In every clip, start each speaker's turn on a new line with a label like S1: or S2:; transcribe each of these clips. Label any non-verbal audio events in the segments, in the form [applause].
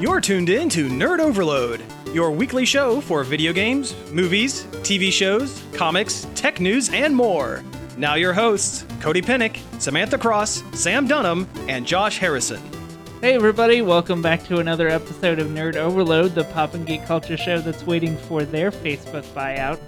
S1: You're tuned in to Nerd Overload, your weekly show for video games, movies, TV shows, comics, tech news, and more. Now, your hosts, Cody Pennick, Samantha Cross, Sam Dunham, and Josh Harrison.
S2: Hey, everybody, welcome back to another episode of Nerd Overload, the pop and geek culture show that's waiting for their Facebook buyout.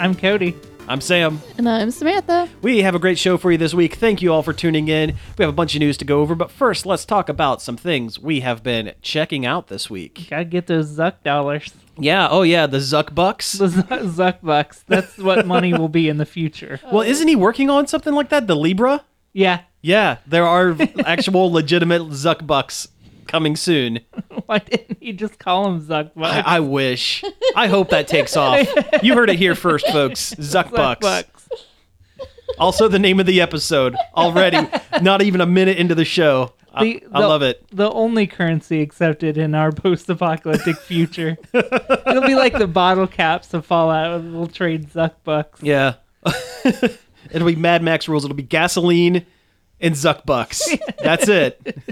S2: I'm Cody.
S3: I'm Sam.
S4: And I'm Samantha.
S3: We have a great show for you this week. Thank you all for tuning in. We have a bunch of news to go over, but first, let's talk about some things we have been checking out this week.
S2: Gotta get those Zuck dollars. [laughs]
S3: Yeah, oh yeah, the Zuck Bucks.
S2: The Zu- Zuck bucks. That's what money will be in the future.
S3: Well, isn't he working on something like that? The Libra? [laughs]
S2: Yeah.
S3: Yeah, there are [laughs] actual legitimate Zuck Bucks coming soon.
S2: Why didn't he just call them Zuck bucks?
S3: I, I wish. I hope that takes off. You heard it here first, folks. Zuck,
S2: Zuck
S3: Bucks.
S2: bucks.
S3: Also, the name of the episode already, not even a minute into the show. I,
S2: The-
S3: I
S2: the-
S3: love it.
S2: The only currency accepted in our post-apocalyptic future.
S3: [laughs]
S2: It'll be like the bottle caps of Fallout. We'll trade Zuck bucks.
S3: Yeah. [laughs] It'll be Mad Max rules. It'll be gasoline and Zuck bucks. That's it.
S2: [laughs]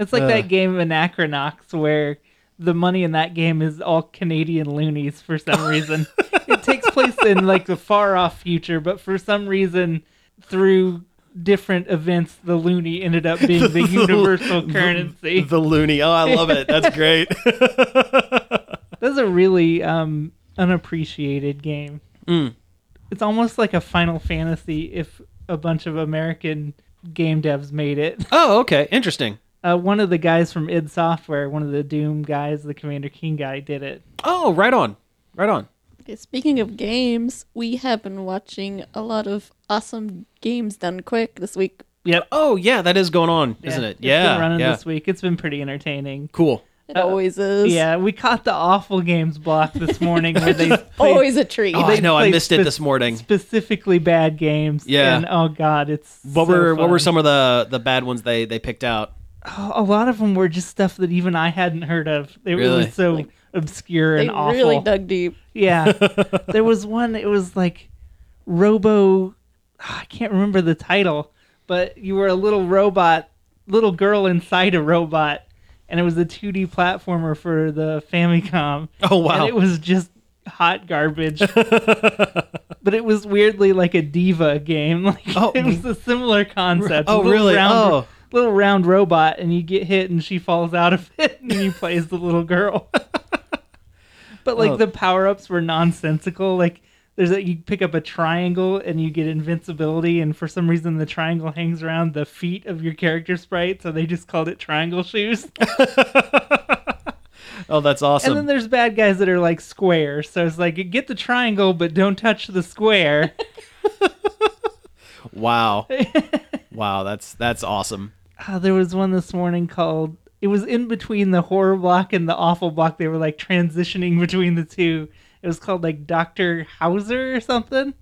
S2: It's like that game Anachronox where the money in that game is all Canadian loonies for [laughs] some reason. it takes place in like the far off future, but for some reason through different events the loony ended up [laughs] being the universal currency.
S3: The loony. Oh, I love it. That's great. [laughs]
S2: That's a really um unappreciated game. It's almost like a Final Fantasy if a bunch of American game devs made it.
S3: oh, okay. Interesting.
S2: Uh, one of the guys from id Software, one of the Doom guys, the Commander King guy, did it.
S3: Oh, right on. Right on.
S4: Okay, speaking of games, we have been watching a lot of awesome games done quick this week.
S2: Yep.
S3: Oh, yeah. That is going on, isn't it?
S2: It's
S3: Yeah.
S2: been running
S3: yeah.
S2: this week. It's been pretty entertaining.
S3: Cool.
S4: It always is.
S2: Uh, Yeah, we caught the awful games block this morning where
S4: [laughs]
S2: they played
S4: Always a treat.
S3: Oh, I know. I
S2: played
S3: missed it
S2: spe-
S3: this morning.
S2: specifically bad games.
S3: Yeah.
S2: and oh god, it's
S3: What
S2: so
S3: were what
S2: fun. Oh,
S3: were some of the the bad ones they they picked out?
S2: A lot of them were just stuff that even I hadn't heard of. They were
S3: Really?
S2: just so obscure
S4: they
S2: and awful.
S4: really dug deep.
S2: [laughs]
S3: [laughs]
S2: Yeah. there was one, it was like Robo. ah, I can't remember the title, but you were a little robot, little girl inside a robot, and it was a 2D platformer for the Famicom.
S3: [laughs] Oh, wow.
S2: And it was just
S3: [laughs]
S2: hot garbage. but it was weirdly like a Diva game. [laughs] Like,
S3: Oh.
S2: It was a similar concept.
S3: Oh,
S2: A little
S3: really?
S2: Round,
S3: Oh.
S2: Little round robot, and you get hit, and she falls out of [laughs] it, and you play as the little girl. [laughs] But like
S3: Oh.
S2: the power ups were nonsensical. Like there's a you pick up a triangle and you get invincibility, and for some reason the triangle hangs around the feet of your character sprite, so they just called it triangle shoes.
S3: Oh, that's awesome.
S2: and then there's bad guys that are like square, so it's like get the triangle but don't touch the square. [laughs]
S3: [laughs] wow. wow. That's that's awesome.
S2: Ah, there was one this morning called it was in between the horror block and the awful block. They were like transitioning between the two. It was called like Doctor Hauser or something.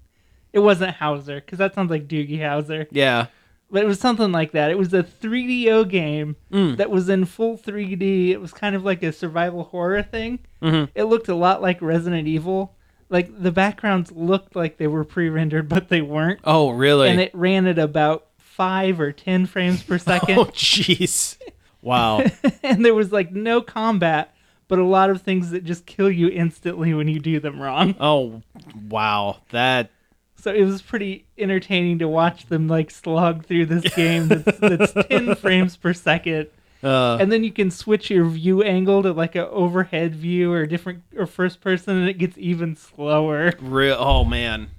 S2: It wasn't Hauser because that sounds like Doogie Hauser.
S3: Yeah.
S2: but it was something like that. It was a 3DO game that was in full 3D. It was kind of like a survival horror thing.
S3: Mm-hmm.
S2: It looked a lot like Resident Evil. Like the backgrounds looked like they were pre-rendered, but they weren't.
S3: Oh, really?
S2: And it ran at about five or ten frames per
S3: [laughs]
S2: second,
S3: Oh, jeez. [laughs] Wow.
S2: [laughs] and there was like no combat, but a lot of things that just kill you instantly when you do them wrong.
S3: Oh, wow. That
S2: So it was pretty entertaining to watch them like slog through this game that's, that's ten frames per second.
S3: uh
S2: and then you can switch your view angle to like a overhead view or different or first person and it gets even slower
S3: real oh [laughs] man.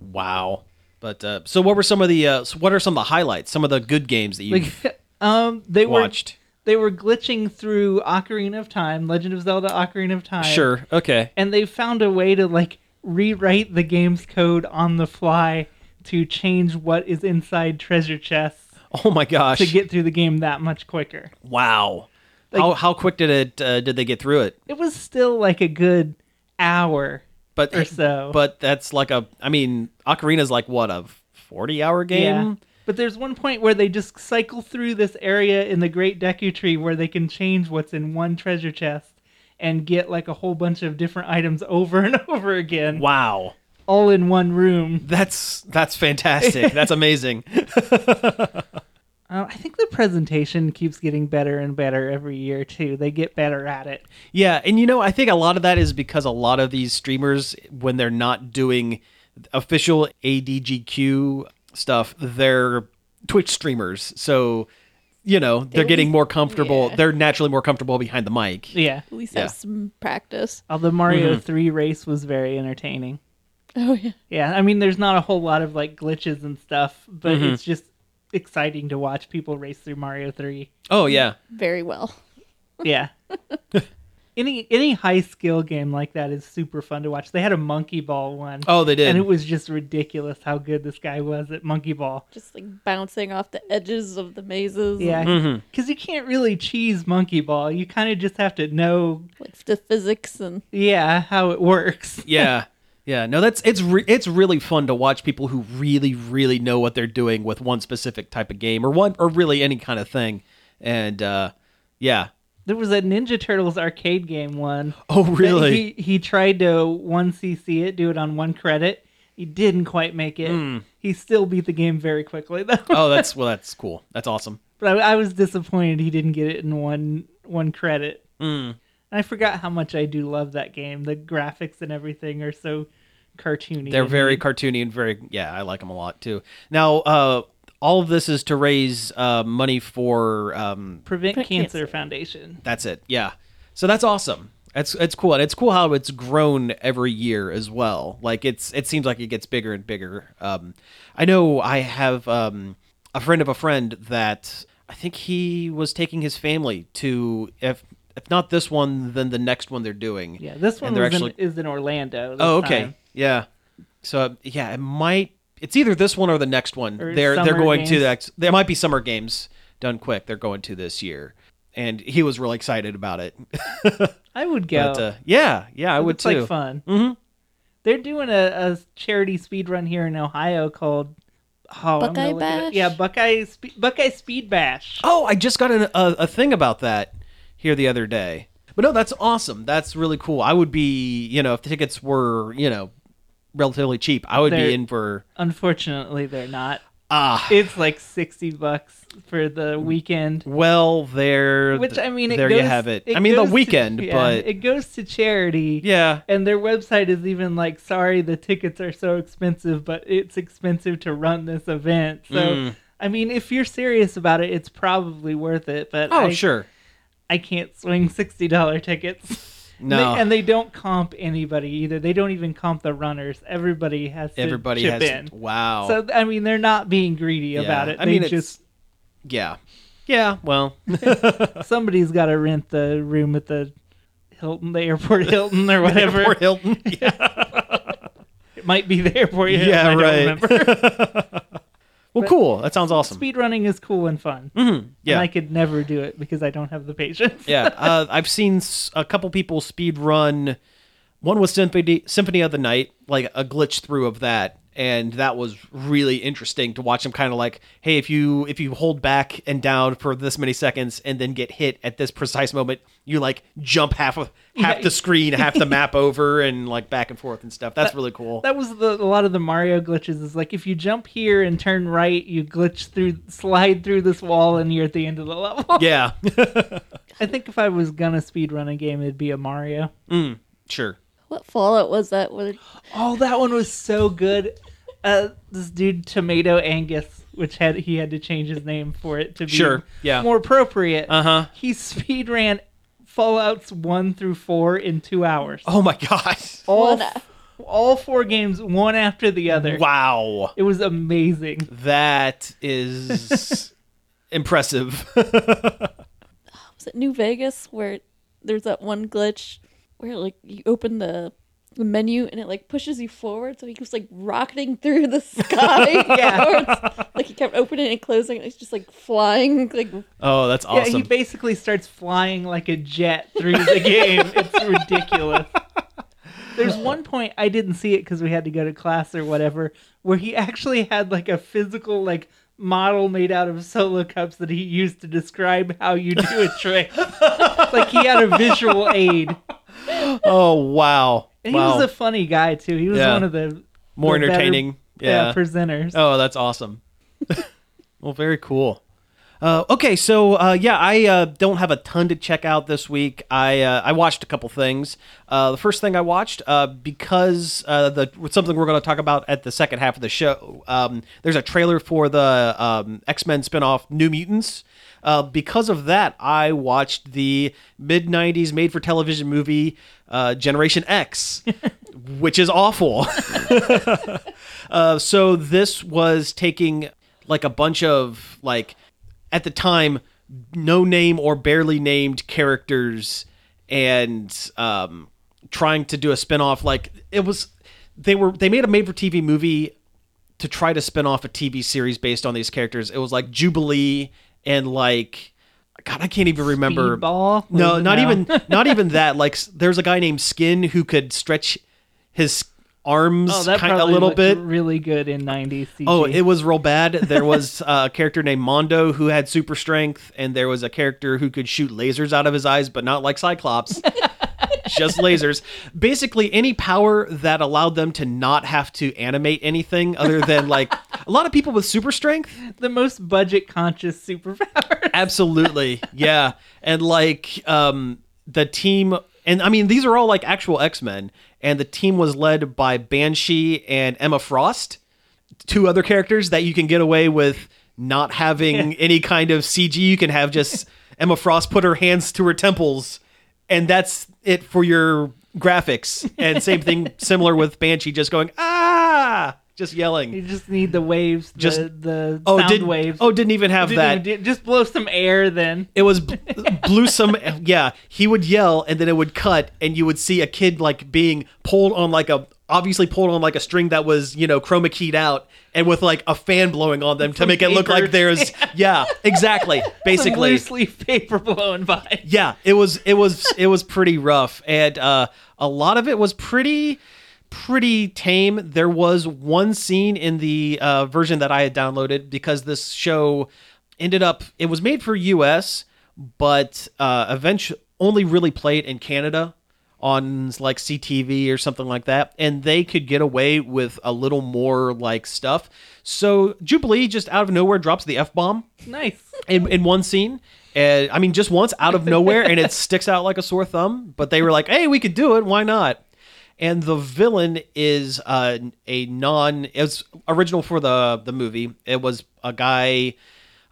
S3: wow. But uh so what were some of the uh so what are some of the highlights? Some of the good games that you
S2: like [laughs] um they
S3: watched?
S2: were they were glitching through Ocarina of Time Legend of Zelda Ocarina of Time
S3: Sure. Okay.
S2: and they found a way to like rewrite the game's code on the fly to change what is inside treasure chests
S3: Oh my gosh.
S2: to get through the game that much quicker
S3: wow. how how quick did it uh, did they get through it?
S2: it was still like a good hour
S3: But
S2: Or so.
S3: but that's like a I mean, Ocarina's like what a 40-hour game?
S2: But there's one point where they just cycle through this area in the Great Deku Tree where they can change what's in one treasure chest and get like a whole bunch of different items over [laughs] and over again,
S3: Wow.
S2: all in one room.
S4: [laughs]
S3: That's that's fantastic. that's amazing.
S2: Uh, I think the presentation keeps getting better and better every year too. They get better at it.
S3: Yeah, and you know, I think a lot of that is because a lot of these streamers, when they're not doing official ADGQ stuff, they're Twitch streamers. So, you know, they're
S4: They-
S3: getting more comfortable.
S4: yeah.
S3: They're naturally more comfortable behind the mic.
S2: Yeah.
S4: At least
S3: Yeah.
S4: have some practice.
S2: Although Mario
S3: Mm-hmm.
S2: 3 race was very entertaining.
S4: Oh yeah.
S2: Yeah, I mean, there's not a whole lot of like glitches and stuff, but
S3: Mm-hmm.
S2: it's just exciting to watch people race through Mario Three.
S3: Oh, yeah.
S4: Very well.
S3: [laughs]
S2: Yeah. any any high skill game like that is super fun to watch. They had a monkey ball one,
S3: Oh, they did.
S2: and it was just ridiculous how good this guy was at monkey ball.
S4: Just like bouncing off the edges of the mazes.
S2: Yeah,
S3: Mm-hmm.
S2: because you can't really cheese monkey ball. You kind of just have to know,
S4: Like the physics and
S2: yeah, how it works.
S3: yeah. Yeah, no, that's it's re- it's really fun to watch people who really really know what they're doing with one specific type of game or one or really any kind of thing, and uh, yeah, [laughs]
S2: There was a Ninja Turtles arcade game one.
S3: oh
S2: that
S3: really?
S2: He, he tried to one CC it, do it on one credit. He didn't quite make it. He still beat the game very quickly [laughs] though.
S3: [laughs] Hmm. oh, that's well, that's cool. That's awesome.
S2: but I, I was disappointed he didn't get it in one one credit.
S3: Hmm.
S2: And I forgot how much I do love that game. The graphics and everything are so cartoony.
S3: They're
S2: and
S3: very cartoony and very yeah, I like them a lot too. Now, uh, all of this is to raise uh, money for um,
S2: prevent
S4: Prevent
S2: cancer,
S4: Cancer.
S2: foundation.
S3: that's it. Yeah, so that's awesome. It's it's cool and it's cool how it's grown every year as well. Like it's it seems like it gets bigger and bigger. Um, I know I have um, a friend of a friend that I think he was taking his family to if if not this one then the next one they're doing.
S2: Yeah, this one
S3: And they're
S2: was
S3: actually-
S2: in, is in Orlando. this
S3: Oh, okay.
S2: time.
S3: Yeah. So uh, yeah, it might. It's either this one or the next one.
S2: Or
S3: they're they're
S2: summer
S3: going to
S2: games.
S3: that. There might be summer games done quick. They're going to this year, and he was really excited about it. [laughs]
S2: I would go.
S3: but, uh, yeah, yeah, I would
S2: it's
S3: too.
S2: like fun. Mm-hmm. They're doing a, a charity speed run here in Ohio called oh, I'm
S4: Buckeye
S2: gonna look it up.
S4: Bash?
S2: Yeah, Buckeye Spe- Buckeye Speed Bash.
S3: Oh, I just got an, a a thing about that here the other day. But no, that's awesome. That's really cool. I would be, you know, if tickets were, you know, relatively cheap, I would
S2: They're-
S3: be in for
S2: Unfortunately, they're not.
S3: ah.
S2: It's like sixty bucks for the weekend.
S3: well, there.
S2: Which I mean, it
S3: there
S2: goes-
S3: you have it. I mean, the
S2: goes to-
S3: weekend,
S2: yeah,
S3: but
S2: it goes to charity.
S3: yeah,
S2: And their website is even like, sorry, the tickets are so expensive, but it's expensive to run this event. So,
S3: Mm.
S2: I mean, if you're serious about it, it's probably worth it. But
S3: Oh,
S2: I,
S3: sure.
S2: I can't swing sixty dollar tickets. And
S3: No.
S2: they, and they don't comp anybody either. They don't even comp the runners. Everybody has to
S3: Everybody
S2: chip
S3: has
S2: in.
S3: wow.
S2: So I mean, they're not being greedy about it.
S3: I
S2: they
S3: mean, it's-
S2: just
S3: yeah. Yeah,
S2: [laughs]
S3: well,
S2: somebody's got to rent the room at the Hilton, the airport
S3: [laughs]
S2: Hilton, or whatever.
S3: Port
S2: [laughs]
S3: Hilton. Yeah.
S2: It might be the airport Hilton.
S3: Yeah,
S2: I don't
S3: right.
S2: remember.
S3: [laughs] Well, cool. That sounds awesome.
S2: Speedrunning is cool and fun.
S3: yeah.
S2: And I could never do it because I don't have the patience.
S3: yeah. Uh, I've seen s- a couple people speed run. One was Symphony, Symphony of the Night, like a glitch through of that, and that was really interesting to watch them kind of like, hey, if you if you hold back and down for this many seconds and then get hit at this precise moment, you like jump half of half
S2: Yeah.
S3: the screen, half the
S2: [laughs]
S3: map over, and like back and forth and stuff. That's really cool.
S2: That was the, a lot of the Mario glitches. Is like if you jump here and turn right, you glitch through, slide through this wall, and you're at the end of the level.
S3: yeah,
S2: [laughs]
S3: [laughs]
S2: I think if I was gonna speedrun a game, it'd be a Mario.
S3: sure.
S4: What Fallout was that? What
S2: Oh, that one was so good. Uh, this dude Tomato Angus, which had he had to change his name for it to be
S3: Sure, yeah.
S2: more appropriate. Uh
S3: Uh-huh.
S2: He speed ran Fallout's one through four in two hours.
S3: Oh my god.
S2: all
S4: One-
S2: f- all four games, one after the other.
S3: Wow.
S2: It was amazing.
S3: That
S2: [laughs]
S3: is impressive. [laughs]
S4: was it? New Vegas, where there's that one glitch where like you open the the menu and it like pushes you forward, so he keeps like rocketing
S2: [laughs]
S4: through the sky. yeah, like he kept opening and closing. And he's just like flying. Like
S3: oh, that's
S2: Yeah,
S3: awesome.
S2: he basically starts flying like a jet through the
S3: [laughs]
S2: game. It's ridiculous. There's one point I didn't see it because we had to go to class or whatever, where he actually had like a physical like model made out of solo cups that he used to describe how you do a
S3: [laughs]
S2: trick. like he had a visual aid.
S3: oh, wow.
S2: And
S3: wow.
S2: he was a funny guy too. He was
S3: Yeah.
S2: one of the uh,
S3: More
S2: the better,
S3: entertaining. yeah. [laughs]
S2: presenters.
S3: oh, that's awesome. well, very cool. Uh, okay, so uh, yeah, I uh, don't have a ton to check out this week. I uh, I watched a couple things. Uh, the first thing I watched uh, because uh, the with something we're going to talk about at the second half of the show. Um, there's a trailer for the um, X Men spinoff New Mutants. Uh, because of that, I watched the mid '90s made-for-television movie uh, Generation X, [laughs] which is awful. [laughs] Uh, so this was taking like a bunch of like at the time no name or barely named characters and um trying to do a spin-off like it was they were they made a made for TV movie to try to spin off a TV series based on these characters. It was like Jubilee and like God, I can't even remember.
S2: Speedball?
S3: No, not
S2: No.
S3: even
S2: [laughs]
S3: not even that. Like s- there's a guy named Skin who could stretch his arms
S2: Oh, that
S3: kind a
S2: probably
S3: little
S2: looked
S3: bit.
S2: really good in 90s CG.
S3: Oh, it was real bad. There was [laughs] uh, a character named Mondo who had super strength, and there was a character who could shoot lasers out of his eyes, but not like Cyclops. Just lasers. Basically, any power that allowed them to not have to animate anything other than like a lot of people with super strength.
S2: the most budget conscious [laughs] superpower.
S3: Absolutely. Yeah. And like um the team and I mean these are all like actual X-Men and the team was led by Banshee and Emma Frost, two other characters that you can get away with not
S2: [laughs]
S3: having any kind of CG. You can have just Emma Frost put her hands to her temples and that's it for your graphics. And same
S2: [laughs]
S3: thing similar with Banshee just going ah just
S2: You
S3: yelling.
S2: just need the waves,
S3: Just-
S2: just the
S3: Oh,
S2: sound
S3: didn't
S2: waves.
S3: oh didn't even have
S2: Didn't
S3: that.
S2: even do- just blow some air then.
S3: It was b- blew some. Yeah, he would yell, and then it would cut, and you would see a kid like being pulled on like a obviously pulled on like a string that was you know chroma keyed out, and with like a fan blowing on them to
S2: Some
S3: make it look
S2: paper.
S3: like there's yeah exactly
S2: Some
S3: basically
S2: [laughs] loose leaf paper blowing by.
S3: yeah it was it was it was pretty rough, and uh, a lot of it was pretty pretty tame. There was one scene in the uh, version that I had downloaded because this show ended up it was made for US, but uh, eventually only really played in Canada on like CTV or something like that, and they could get away with a little more like stuff. So Jubilee just out of nowhere drops the f bomb
S2: [laughs] Nice.
S3: in, in one scene. And I mean, just once out of nowhere, and it sticks out like a sore thumb. But they were like, "Hey, we could do it. Why not?" And the villain is uh, a non. It was original for the the movie. It was a guy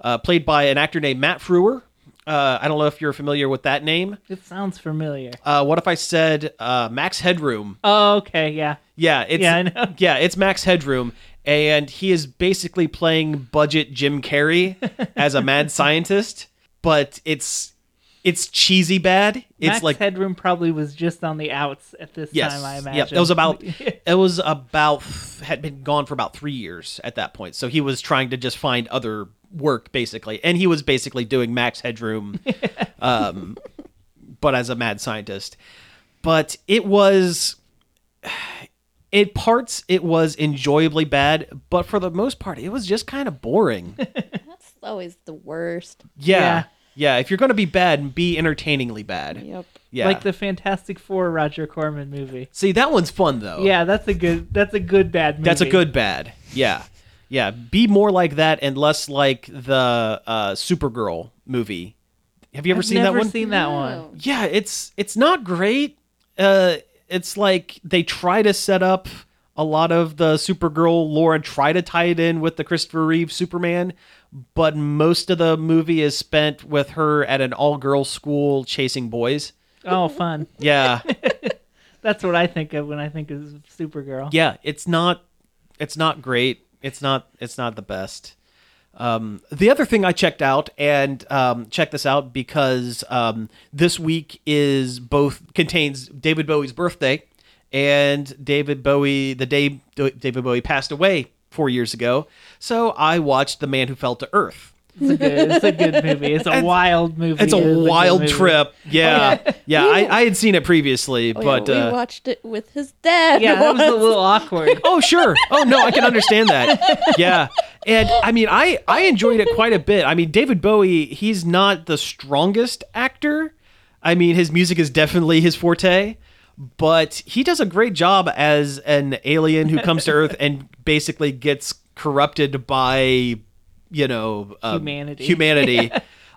S3: uh, played by an actor named Matt Frewer. Uh, I don't know if you're familiar with that name.
S2: It sounds familiar.
S3: Uh, what if I said uh, Max Headroom?
S2: Oh, okay, yeah.
S3: Yeah, it's
S2: Yeah, I know.
S3: [laughs] yeah, it's Max Headroom, and he is basically playing budget Jim Carrey as a mad scientist, but it's it's cheesy bad. It's
S2: Max
S3: like
S2: Headroom probably was just on the outs at this time, I imagine.
S3: Yep, it was about
S2: [laughs]
S3: it was about had been gone for about three years at that point. So he was trying to just find other work basically, and he was basically doing Max
S2: [laughs]
S3: Headroom, um, but as a mad scientist. But it was, in parts, it was enjoyably bad, but for the most part, it was just kind of
S2: [laughs]
S3: boring.
S4: That's always the worst.
S3: Yeah. yeah.
S2: Yeah.
S3: if you're gonna be bad, be entertainingly bad.
S4: Yep.
S3: Yeah,
S2: like the Fantastic Four Roger Corman movie.
S3: see that one's fun though.
S2: Yeah, that's a good. That's a good bad movie.
S3: Oh. That's a good bad. Yeah. Yeah. Be more like that and less like the uh, Supergirl movie. Have you ever
S2: I've
S3: seen
S2: never
S3: that one?
S2: Seen that
S4: No.
S2: one?
S3: yeah, it's it's not great. Uh, it's like they try to set up a lot of the Supergirl lore and try to tie it in with the Christopher Reeve Superman, but most of the movie is spent with her at an all-girls school chasing boys.
S2: Oh, fun.
S3: Yeah.
S2: That's what I think of when I think of Supergirl.
S3: yeah it's not it's not great it's not it's not the best um, the other thing i checked out and um, check this out because um, this week is both contains david bowie's birthday and david bowie the day david bowie passed away four years ago so i watched the man who fell to earth
S2: It's a good. It's a good movie. It's a wild movie.
S3: [laughs] it's
S2: It is
S3: a
S2: good
S3: wild
S2: movie.
S3: trip yeah yeah
S4: [laughs]
S3: I, I had seen it previously
S4: Oh,
S3: but
S4: yeah, we
S3: uh,
S4: watched it with his dad.
S2: Yeah, that was
S4: [laughs]
S2: a
S3: [laughs]
S2: little awkward.
S3: oh sure oh no i can understand that yeah and i mean i i enjoyed it quite a bit i mean david bowie he's not the strongest actor i mean his music is definitely his forte but he does a great job as an alien who comes to earth and basically gets corrupted by you know um,
S2: Humanity. [laughs]
S3: Humanity.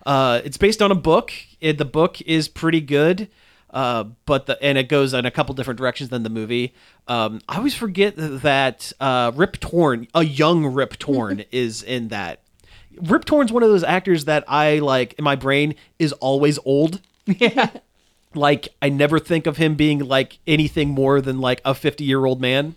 S3: uh, it's based on a book. It, the book is pretty good. Uh, but the and it goes in a couple different directions than the movie. Um, I always forget that uh, Rip Torn, a young Rip
S2: [laughs]
S3: Torn, is in that. Rip Torn's one of those actors that I like in my brain is always old
S2: yeah.
S3: like I never think of him being like anything more than like a 50 year old man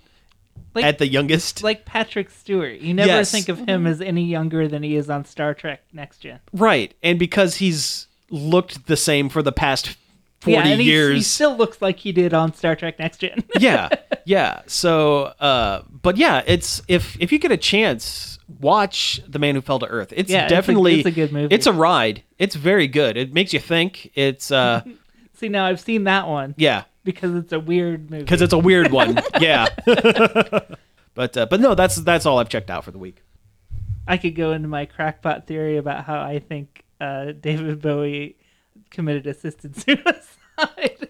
S2: Like-
S3: at the youngest.
S2: Like Patrick Stewart. You never
S3: Yes.
S2: think of him as any younger than he is on Star Trek Next Gen.
S3: right. And because he's looked the same for the past 40
S2: yeah, and he's-
S3: years.
S2: He still looks like he did on Star Trek Next Gen. [laughs]
S3: yeah. Yeah. So, uh, but yeah, it's, if, if you get a chance, watch The Man Who Fell to Earth. It's
S2: Yeah, it's a-
S3: definitely,
S2: it's a good movie.
S3: It's a ride. It's very good. It makes you think. It's, uh, [laughs]
S2: See, now I've seen that one
S3: yeah.
S2: because it's a weird movie.
S3: Cause it's a weird
S2: [laughs]
S3: one. yeah. but, uh, but no, that's, that's all I've checked out for the week.
S2: I could go into my crackpot theory about how I think uh, David Bowie committed assisted [laughs] suicide.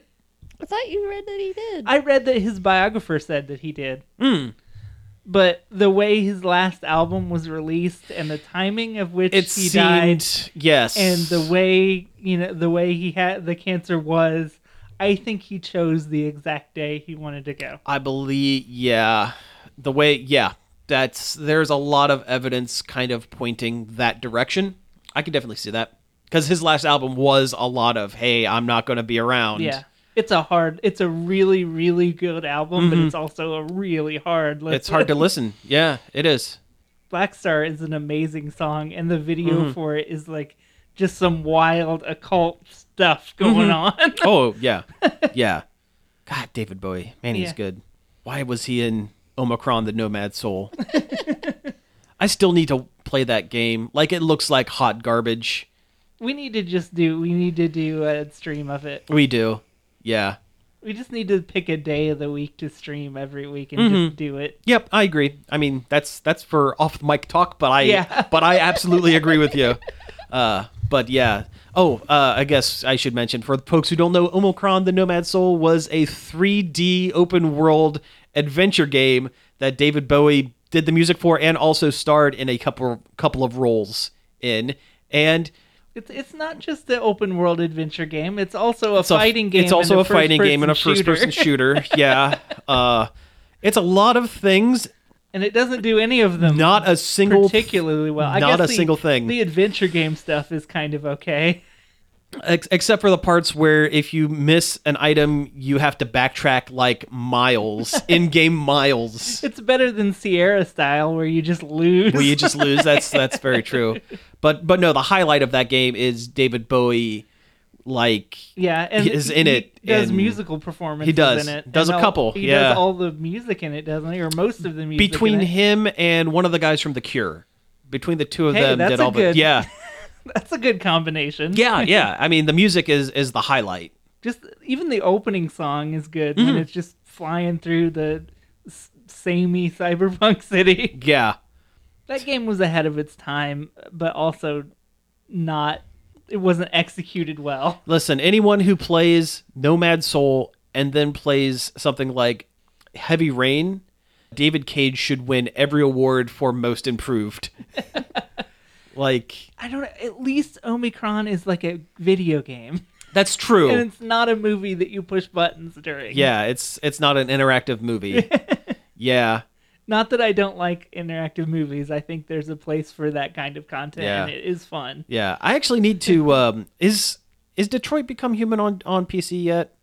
S4: I thought you read that he did.
S2: I read that his biographer said that he did.
S3: Hmm.
S2: But the way his last album was released and the timing of which
S3: it
S2: he
S3: seemed
S2: died
S3: yes
S2: and the way you know the way he had the cancer was, I think he chose the exact day he wanted to go.
S3: i believe yeah the way yeah that's there's a lot of evidence kind of pointing that direction i can definitely see that because his last album was a lot of hey i'm not going to be around
S2: Yeah. It's a hard it's a really, really good album, but it's also a really hard listen.
S3: Mm-hmm. it's hard to listen yeah it is
S2: [laughs] Black Star is an amazing song, and the video
S3: Mm-hmm.
S2: for it is like just some wild occult stuff
S3: Mm-hmm.
S2: going on. [laughs]
S3: oh yeah yeah god david bowie man he's
S2: Yeah.
S3: good why was he in omicron the nomad
S2: [laughs]
S3: soul i still need to play that game like it looks like hot garbage
S2: we need to just do we need to do a stream of it.
S3: we do yeah
S2: We just need to pick a day of the week to stream every week and
S3: Mm-hmm.
S2: just do it.
S3: Yep, I agree. I mean, that's that's for off the mic talk, but I
S2: Yeah.
S3: [laughs] but I absolutely agree with you. Uh, but yeah. Oh, uh, I guess I should mention for the folks who don't know, Omicron: The Nomad Soul was a 3D open world adventure game that David Bowie did the music for and also starred in a couple couple of roles in. And
S2: It's it's not just the open world adventure game. It's also a
S3: a-
S2: fighting game.
S3: It's also
S2: and
S3: a, fighting game and a first person
S2: shooter. [laughs]
S3: shooter. Yeah. Uh, it's a lot of things.
S2: and it doesn't do any of them.
S3: Not a single
S2: particularly well. I
S3: not a
S2: guess the-
S3: single thing.
S2: The adventure game stuff is kind of okay. [laughs]
S3: Ex- except for the parts where if you miss an item, you have to backtrack like
S2: [laughs]
S3: miles, in-game miles.
S2: It's better than Sierra style where you just lose.
S3: Will you just lose? That's that's very true. But but no, the highlight of that game is David Bowie. Like
S2: [laughs] Yeah, and
S3: He is in
S2: he
S3: it
S2: Does
S3: in-
S2: musical performances?
S3: He does.
S2: in it.
S3: Does
S2: and
S3: a
S2: all-
S3: couple,
S2: He
S3: yeah.
S2: does all the music in it, doesn't he? Or most of the music in
S3: between
S2: it.
S3: him and one of the guys from The Cure, between the two of
S2: Hey,
S3: them,
S2: that's
S3: did
S2: a
S3: all
S2: good-
S3: the yeah,
S2: [laughs] That's a good combination.
S3: yeah, yeah. I mean, the music is is the highlight.
S2: just even the opening song is good
S3: Mm-hmm.
S2: when it's just flying through the s- samey [laughs] cyberpunk city.
S3: Yeah,
S2: That game was ahead of its time, but also not. It wasn't executed well.
S3: Listen, anyone who plays Nomad Soul and then plays something like Heavy Rain, David Cage should win every award for most [laughs] improved. like
S2: I don't. know. At least Omicron is like a video game,
S3: that's true.
S2: and it's not a movie that you push buttons during.
S3: Oh. yeah, it's it's not an interactive [laughs] movie. yeah.
S2: Not that I don't like interactive movies. I think there's a place for that kind of content,
S3: Yeah.
S2: and it is fun.
S3: Yeah. I actually need to um is is Detroit Become Human on on PC yet?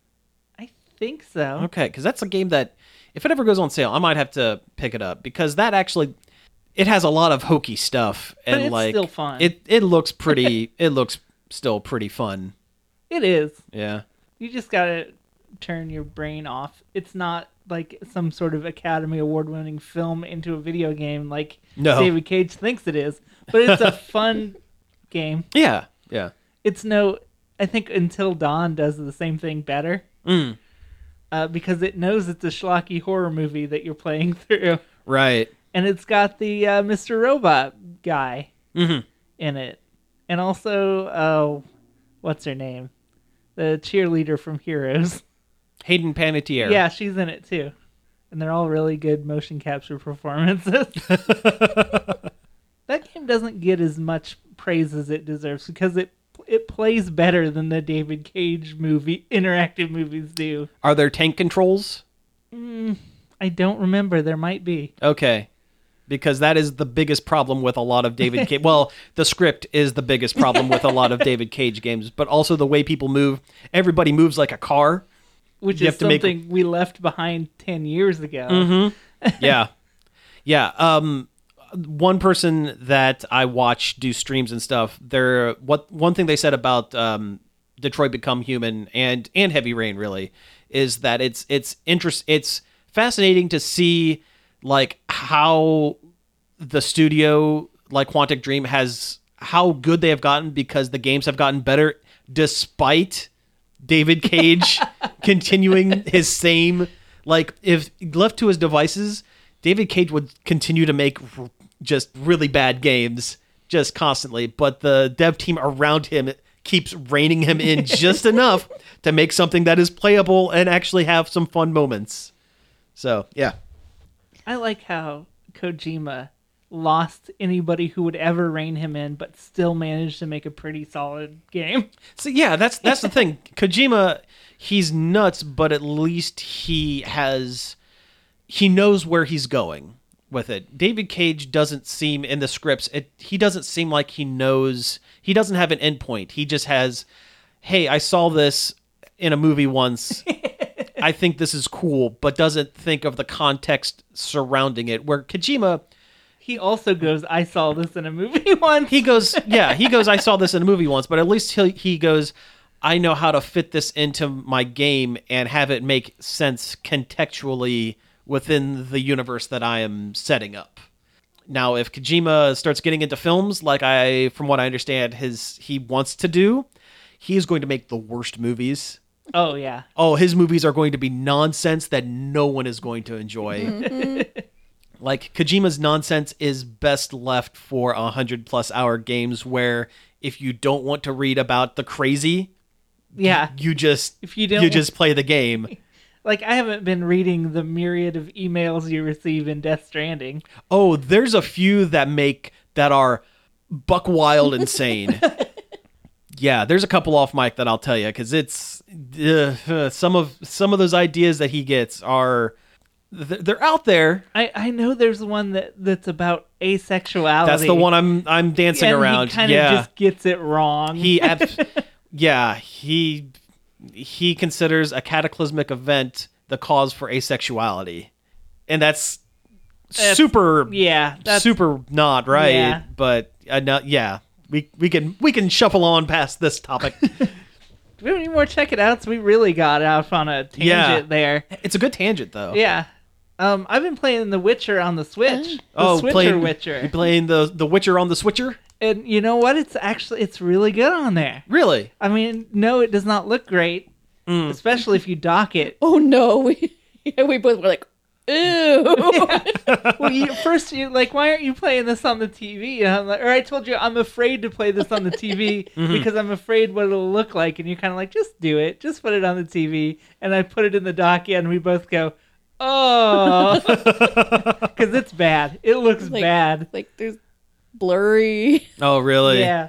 S2: I think so.
S3: Okay, cuz that's a game that if it ever goes on sale, I might have to pick it up because that actually it has a lot of hokey stuff and
S2: it's
S3: like
S2: still fun.
S3: It it looks pretty. [laughs] it looks still pretty fun.
S2: It is.
S3: Yeah.
S2: You just gotta turn your brain off. It's not like some sort of Academy Award winning film into a video game like
S3: No.
S2: David Cage thinks it is, but it's a fun game.
S3: Yeah. Yeah.
S2: It's no. I think Until Dawn does the same thing better. Uh, because it knows it's a schlocky horror movie that you're playing [laughs] through.
S3: Right.
S2: and it's got the uh, Mr. Robot guy Mm-hmm. in it, and also uh, what's her name, the cheerleader from Heroes.
S3: Hayden Panettiere.
S2: Yeah, she's in it too,
S3: [laughs]
S2: and they're all really good motion capture performances. that game doesn't get as much praise as it deserves because it it plays better than the David Cage movie interactive movies do.
S3: Are there tank controls?
S2: I don't remember. There might be.
S3: Okay. Because that is the biggest problem with a lot of David
S2: [laughs]
S3: Cage. Well, the script is the biggest problem with a lot of David Cage games, but also the way people move. Everybody moves like a car.
S2: Which
S3: You
S2: is
S3: have to make- Mm-hmm.
S2: something we left behind ten years ago.
S3: [laughs] yeah yeah um one person that i watch do streams and stuff they're what one thing they said about um detroit become human and and heavy rain really is that it's it's interest it's fascinating to see like how the studio like Quantic Dream has how good they have gotten because the games have gotten better despite David Cage continuing his same like if left to his devices, David Cage would continue to make r- just really bad games just constantly, but the dev team around him keeps reining him in just enough to make something that is playable and actually have some fun moments. So, yeah.
S2: I like how Kojima lost anybody who would ever rein him in, but still managed to make a pretty solid game.
S3: So yeah, that's that's the thing. Kojima, he's nuts, but at least he has he knows where he's going with it. David Cage doesn't seem in the scripts. It, he doesn't seem like he knows. He doesn't have an endpoint. He just has, hey, I saw this in a movie once. I think this is cool, but doesn't think of the context surrounding it. Where Kojima,
S2: He also goes, "I saw this in a movie [laughs] once."
S3: he goes, yeah, he goes, I saw this in a movie once, but at least he he goes, I know how to fit this into my game and have it make sense contextually within the universe that I am setting up. Now, if Kojima starts getting into films, like I, from what I understand, his he wants to do, he is going to make the worst movies.
S2: oh yeah,
S3: Oh, his movies are going to be nonsense that no one is going to enjoy. [laughs] like Kojima's nonsense is best left for a hundred plus hour games where if you don't want to read about the crazy,
S2: yeah.
S3: you just
S2: If you don't
S3: you
S2: want-
S3: just play the
S2: [laughs]
S3: game.
S2: Like I haven't been reading the myriad of emails you receive in Death Stranding.
S3: Oh, there's a few that make that are buck wild
S2: [laughs]
S3: insane. yeah, there's a couple off mic that I'll tell you because it's uh, some of some of those ideas that he gets are th- they're out there.
S2: I I know there's one that that's about asexuality.
S3: That's the one I'm I'm dancing
S2: and
S3: around.
S2: He kind of
S3: yeah,
S2: just gets it wrong.
S3: he abs- yeah he he considers a cataclysmic event the cause for asexuality, and that's,
S2: That's-
S3: super
S2: [laughs] yeah, that's
S3: super not right.
S2: Yeah.
S3: But uh, no, yeah, we we can we can shuffle on past this
S2: [laughs]
S3: topic.
S2: we don't need more check it outs. We really got off on a tangent
S3: Yeah.
S2: there.
S3: it's a good tangent though.
S2: Yeah. Um, I've been playing The Witcher on the Switch. The
S3: Oh. Oh,
S2: Switcher
S3: playing you
S2: Witcher.
S3: playing the the Witcher on the Switcher?
S2: and you know what? It's actually it's really good on there.
S3: Really?
S2: I mean, no, it does not look great,
S3: Hmm.
S2: especially if you dock it.
S4: Oh no, [laughs] we yeah, we both
S2: [laughs]
S4: were like, ew.
S2: Well, you, first you like, why aren't you playing this on the TV? And I'm like, or I told you I'm afraid to play this on
S3: [laughs]
S2: the TV
S3: Mm-hmm.
S2: because I'm afraid what it'll look like. And you're kind of like, just do it, just put it on the TV. And I put it in the dock, and we both go, oh,
S3: [laughs]
S2: because it's bad. It looks
S4: Like-
S2: bad.
S4: [laughs] like there's blurry.
S3: [laughs] Oh, really?
S2: Yeah.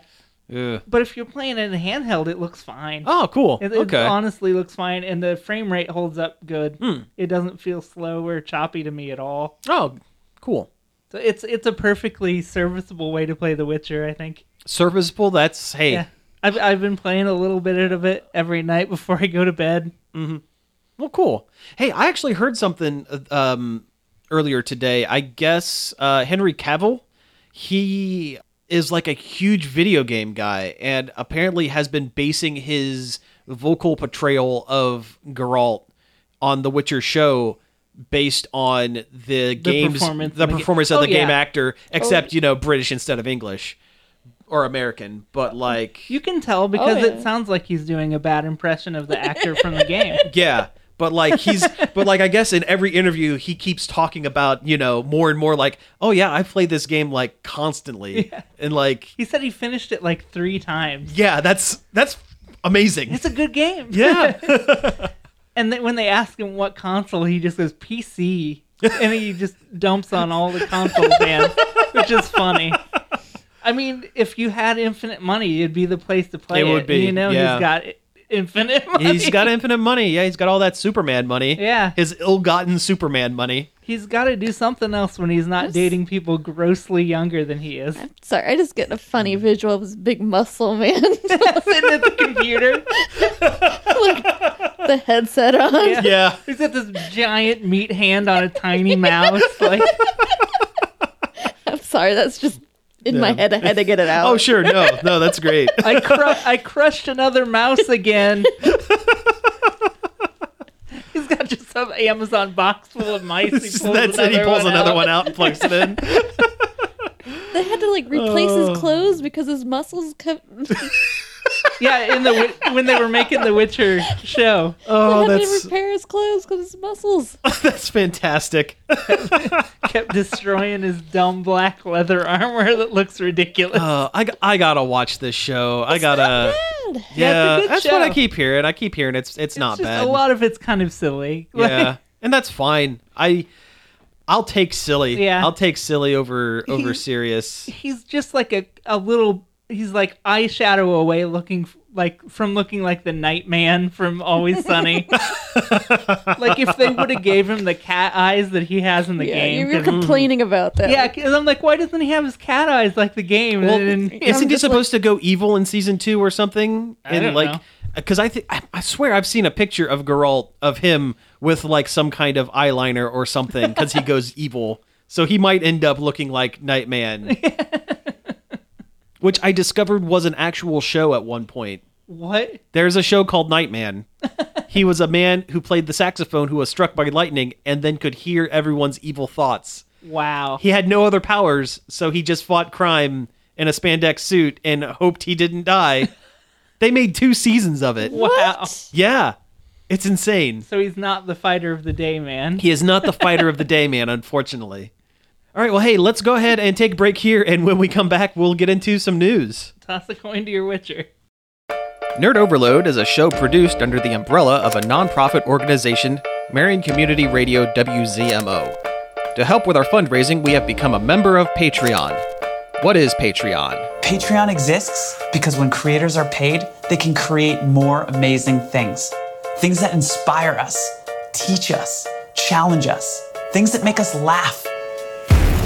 S3: Ugh.
S2: But if you're playing it in handheld, it looks fine.
S3: Oh, cool.
S2: It, it
S3: okay. Hmm.
S2: honestly looks fine, and the frame rate holds up good. It doesn't feel slow or choppy to me at all.
S3: oh, cool.
S2: So it's it's a perfectly serviceable way to play The Witcher, I think.
S3: Serviceable. That's hey.
S2: Yeah, I've I've been playing a little bit of it every night before I go to bed.
S3: Well, cool. Hey, I actually heard something uh, um, earlier today. I guess uh, Henry Cavill, he is like a huge video game guy, and apparently has been basing his vocal portrayal of Geralt on The Witcher show based on the, game's
S2: performance
S3: the
S2: in the ga-
S3: performance of
S2: Oh,
S3: the game
S2: yeah.
S3: actor, except you know British instead of English or American, but like
S2: You can
S3: Oh,
S2: tell because
S4: yeah.
S2: it sounds like he's doing a bad impression of the actor from
S3: [laughs]
S2: the game.
S3: Yeah. But like [laughs] he's but like I guess in every interview he keeps talking about, you know, more and more like, "Oh yeah, I play this game like constantly." And like,
S2: He said he finished it like three times.
S3: yeah, that's that's amazing.
S2: It's a good game.
S3: [laughs] Yeah.
S2: And then when they ask him what console, he just
S3: [laughs]
S2: goes PC, and he just dumps on all the console fans, which is funny. I mean, if you had infinite money, it'd be the place to play.
S3: It would be,
S2: You know,
S3: yeah.
S2: he's got i- infinite money.
S3: He's got infinite money. Yeah, he's got all that Superman money.
S2: [laughs] Yeah.
S3: His ill gotten Superman [laughs] money.
S2: He's got to do something else when he's not
S4: Yes.
S2: dating people grossly younger than he is.
S4: [laughs] Sorry, I just get a funny visual of this big muscle
S2: [laughs]
S4: man [laughs]
S2: Sitting at the computer,
S4: the headset on.
S2: Yeah.
S3: Yeah.
S2: he's got this giant meat hand on a tiny mouse. [laughs] Like,
S4: I'm sorry, that's just in my
S3: Yeah.
S4: head. I had to get it out.
S3: Oh, sure. No, no, that's [laughs] great.
S2: I cru- I crushed another mouse
S3: [laughs]
S2: again. He's got just some Amazon box full of mice.
S3: [laughs]
S2: He pulls,
S3: that's it. He pulls another one out [laughs] and plugs it in.
S4: They had to like replace his clothes because his muscles [laughs] kept.
S2: [laughs] Yeah, in the wi- when they were making the Witcher show,
S3: Oh,
S4: they had
S3: that's
S4: to repair his clothes because his muscles.
S3: [laughs] that's [laughs] fantastic.
S2: kept destroying his dumb black leather armor that looks ridiculous.
S3: Uh, I, I gotta watch this show. I gotta.
S4: Bad.
S3: Yeah,
S2: Yeah, it's a good
S3: that's what I
S2: show.
S3: keep hearing. I keep hearing it's it's, not
S2: it's just
S3: bad.
S2: A lot of it's kind of silly. Like,
S3: yeah, [laughs] and that's fine. I I'll take silly.
S2: Yeah.
S3: I'll take silly
S2: [laughs]
S3: over over
S2: He-
S3: serious.
S2: he's just like a, a little he's like eyeshadow away looking f- like from looking like the night man from always
S3: [laughs]
S2: sunny like if they would have gave him the cat eyes that he has in the
S4: Yeah,
S2: game
S4: you were
S2: 'cause-
S4: complaining about that. [laughs]
S2: yeah 'cause i'm like why doesn't he have his cat eyes like the game
S3: Well, [laughs]
S2: and, then-
S4: I'm
S3: isn't he
S4: just like-
S3: supposed to go evil in season two or something?
S2: I
S3: and
S2: don't
S3: like,
S2: know.
S3: because I think I I swear I've seen a picture of Geralt of him with like some kind of eyeliner or something
S2: [laughs]
S3: because he goes evil. So he might end up looking like
S2: [laughs]
S3: Nightman, which I discovered was an actual show at one point.
S2: what
S3: There's a show called Nightman. he was a man who played the saxophone who was struck by lightning and then could hear everyone's evil thoughts.
S2: wow
S3: He had no other powers, so he just fought crime in a spandex suit and hoped he didn't die. they made two seasons of it.
S2: wow
S3: Yeah. It's insane.
S2: so he's not the fighter of the day man
S3: He is not the fighter of the day, man, unfortunately. All right, well, hey, let's go ahead and take a break here, and when we come back, we'll get into some news.
S2: toss a coin to your witcher
S3: Nerd Overload is a show produced under the umbrella of a nonprofit organization, Marion Community Radio WZMO. To help with our fundraising, we have become a member of Patreon. What is Patreon?
S5: Patreon exists because when creators are paid, they can create more amazing things. Things that inspire us, teach us, challenge us, things that make us laugh.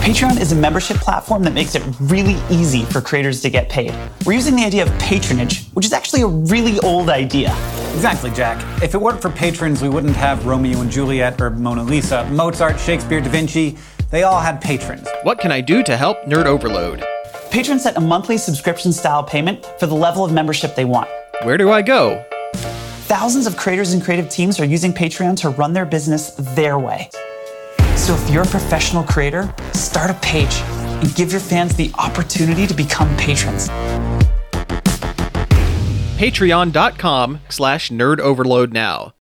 S5: Patreon is a membership platform that makes it really easy for creators to get paid. We're using the idea of patronage, which is actually a really old idea.
S6: Exactly, Jack. If it weren't for patrons, we wouldn't have Romeo and Juliet or Mona Lisa, Mozart, Shakespeare, Da Vinci. They all had patrons.
S3: What can I do to help Nerd Overload?
S5: Patrons set a monthly subscription style payment for the level of membership they want.
S3: Where do I go?
S5: Thousands of creators and creative teams are using Patreon to run their business their way. So if you're a professional creator, start a page and give your fans the opportunity to become patrons.
S3: Patreon.com slash Nerd Overload now.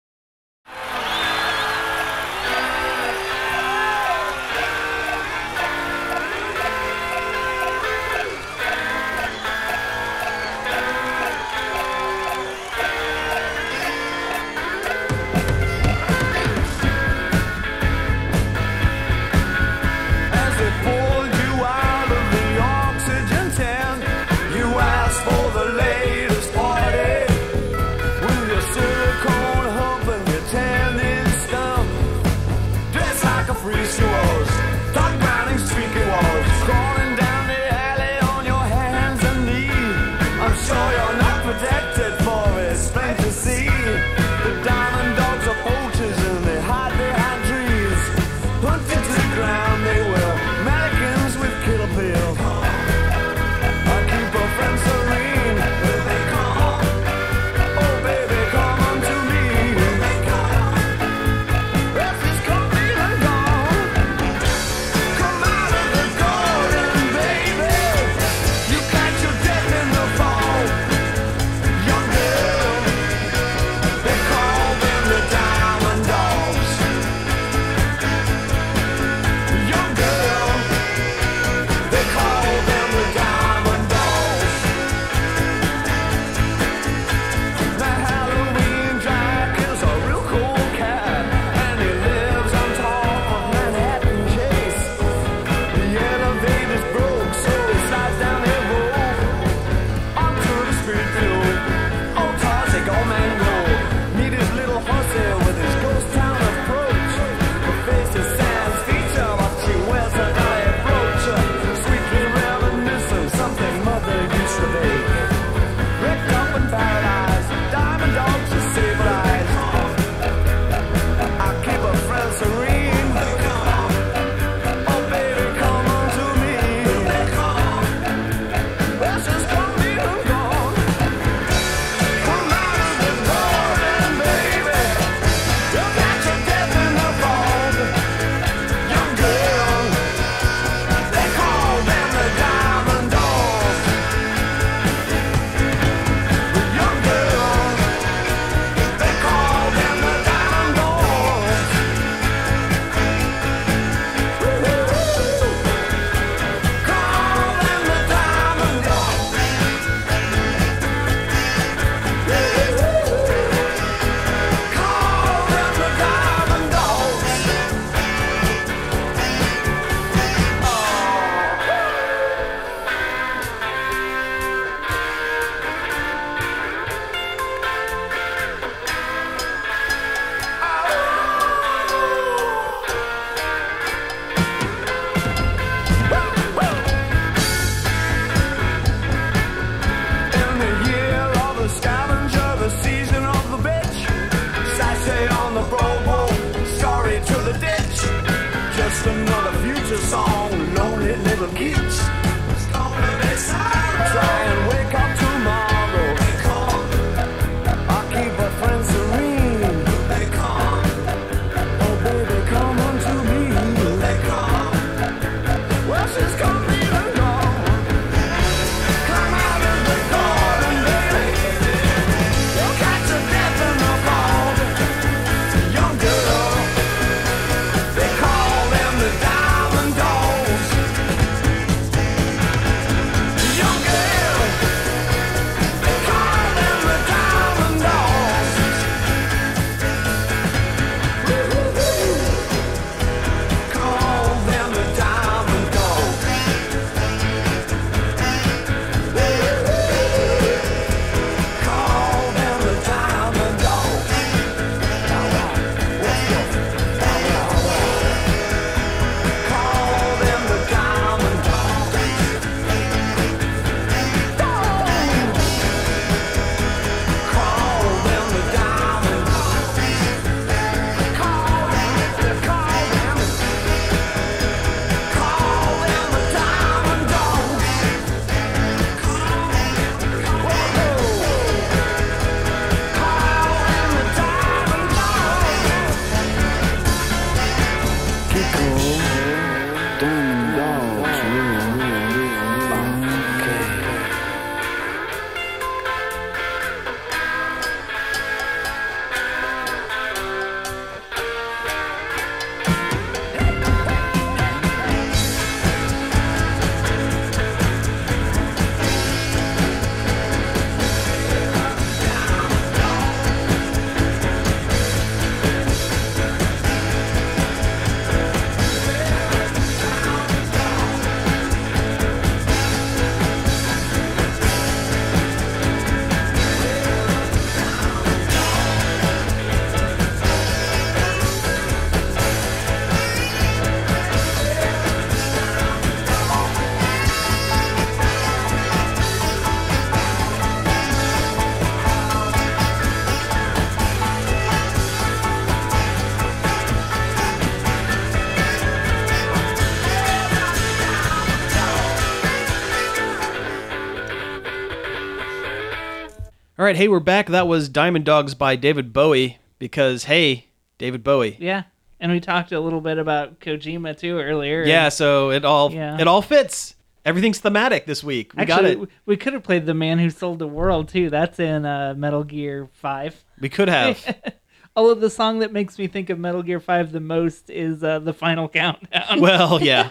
S7: As they pulled you out of the oxygen tent, you asked for the latest party with your silicone home. Oh, Oh, kids. Try and wake up tomorrow. I keep my friends serene. Oh, baby, come unto me. Well, she's coming along. Come out of the garden, baby. You'll catch a death in the fall. Young girl. They call them the Diamond Dogs. Young girl, they call them the Diamond Dogs. Woo-hoo-hoo. Call them the Diamond Dogs. Woo-hoo-hoo. Call them the Diamond Dogs. All right, let's go. Call them the diamond dogs. Call them the diamond dogs. Call them, call them, call them the diamond dogs. Whoa, call them the diamond dogs.
S3: All right, hey, we're back. That was Diamond Dogs by David Bowie because hey, David Bowie.
S2: Yeah. And we talked a little bit about Kojima too earlier.
S3: Yeah, so it all
S2: Yeah.
S3: it all fits. Everything's thematic this week. We got
S2: Actually,
S3: it.
S2: we- we could have played The Man Who Sold the World too. That's in uh, Metal Gear 5.
S3: We could
S2: [laughs]
S3: have.
S2: Although the song that makes me think of Metal Gear 5 the most is uh, The
S3: [laughs]
S2: Final Countdown.
S3: well,
S2: [laughs]
S3: yeah.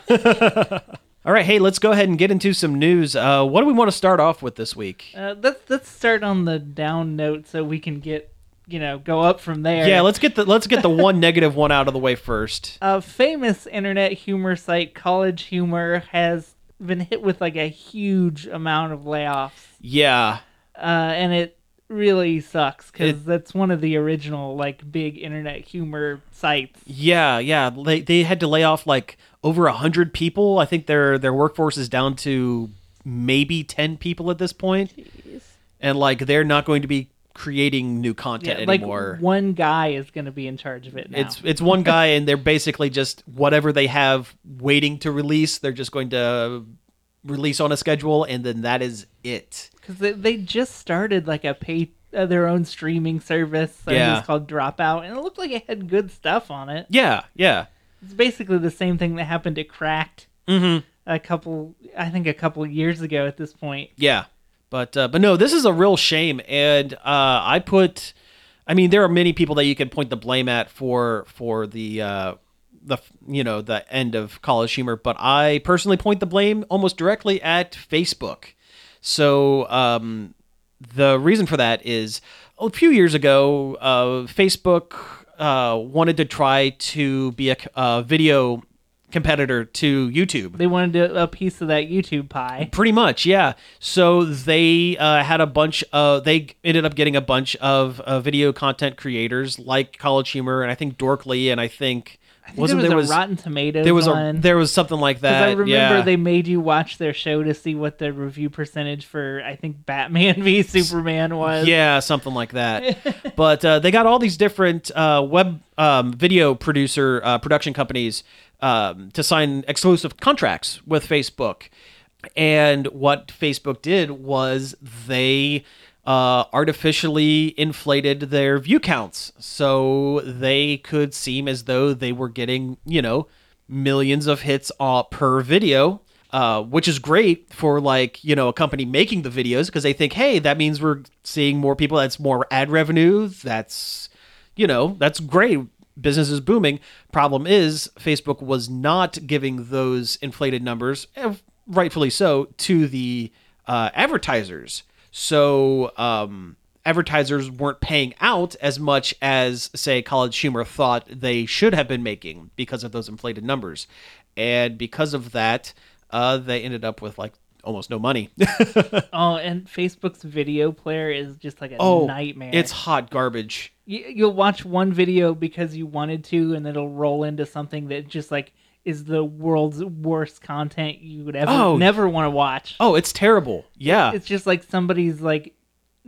S3: all right, hey, let's go ahead and get into some news. Uh, what do we want to start off with this week?
S2: Uh, let's, let's start on the down note so we can get, you know, go up from there.
S3: Yeah, let's get the let's
S2: [laughs]
S3: get the one negative one out of the way first.
S2: a famous internet humor site, College Humor, has been hit with like a huge amount of layoffs,
S3: Yeah,
S2: uh, and it really sucks because
S3: It-
S2: that's one of the original like big internet humor sites.
S3: yeah, yeah. They they had to lay off like over a hundred people. I think their their workforce is down to maybe ten people at this point. and like they're not going to be creating new content
S2: Yeah, like
S3: anymore.
S2: one guy is going to be in charge of it now.
S3: it's it's [laughs] one guy and they're basically just whatever they have waiting to release, they're just going to release on a schedule and then that is it.
S2: because they, they just started like a pay uh, their own streaming service. I think
S3: Yeah.
S2: it's called Dropout, and it looked like it had good stuff on it.
S3: Yeah, yeah.
S2: It's basically the same thing that happened to Cracked
S3: Mm-hmm.
S2: a couple, I think, a couple years ago at this point.
S3: Yeah, but uh, but no, this is a real shame, and uh, I put. I mean, there are many people that you can point the blame at for for the uh, the you know the end of College Humor, but I personally point the blame almost directly at Facebook. So um, the reason for that is a few years ago, uh, Facebook uh, wanted to try to be a c- uh, video competitor to YouTube.
S2: They wanted a, a piece of that YouTube pie.
S3: Pretty much, yeah. So they uh, had a bunch of they ended up getting a bunch of uh, video content creators like College Humor and I think Dorkly and I think
S2: I think
S3: Wasn't
S2: there
S3: there
S2: was
S3: was-
S2: a Rotten Tomatoes
S3: There was
S2: one.
S3: a there was something like that.
S2: I remember
S3: yeah.
S2: they made you watch their show to see what the review percentage for I think Batman [laughs] v Superman was.
S3: Yeah, something like that. but uh, they got all these different uh, web um, video producer uh, production companies um, to sign exclusive contracts with Facebook. And what Facebook did was they uh, artificially inflated their view counts so they could seem as though they were getting, you know, millions of hits uh, per video uh, which is great for like you know a company making the videos because they think hey that means we're seeing more people that's more ad revenue that's you know that's great business is booming problem is facebook was not giving those inflated numbers eh, rightfully so to the uh, advertisers so um, advertisers weren't paying out as much as say college humor thought they should have been making because of those inflated numbers and because of that uh, they ended up with like almost no money
S2: Oh, and Facebook's video player is just like a nightmare.
S3: Oh, it's hot garbage
S2: you, you'll watch one video because you wanted to, and it'll roll into something that just like is the world's worst content you would ever
S3: Oh.
S2: never want to watch.
S3: oh it's terrible yeah
S2: It's just like somebody's like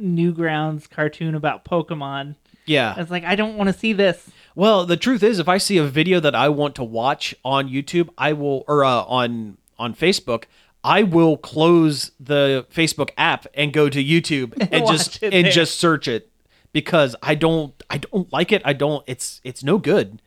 S2: Newgrounds cartoon about Pokemon.
S3: yeah
S2: It's like I don't want to see this.
S3: Well, the truth is, if I see a video that I want to watch on YouTube, I will or uh, on on Facebook, I will close the Facebook app and go to
S2: [laughs]
S3: YouTube and
S2: Watch
S3: just
S2: it
S3: and
S2: there.
S3: just search it because I don't I don't like it. I don't. It's it's no good,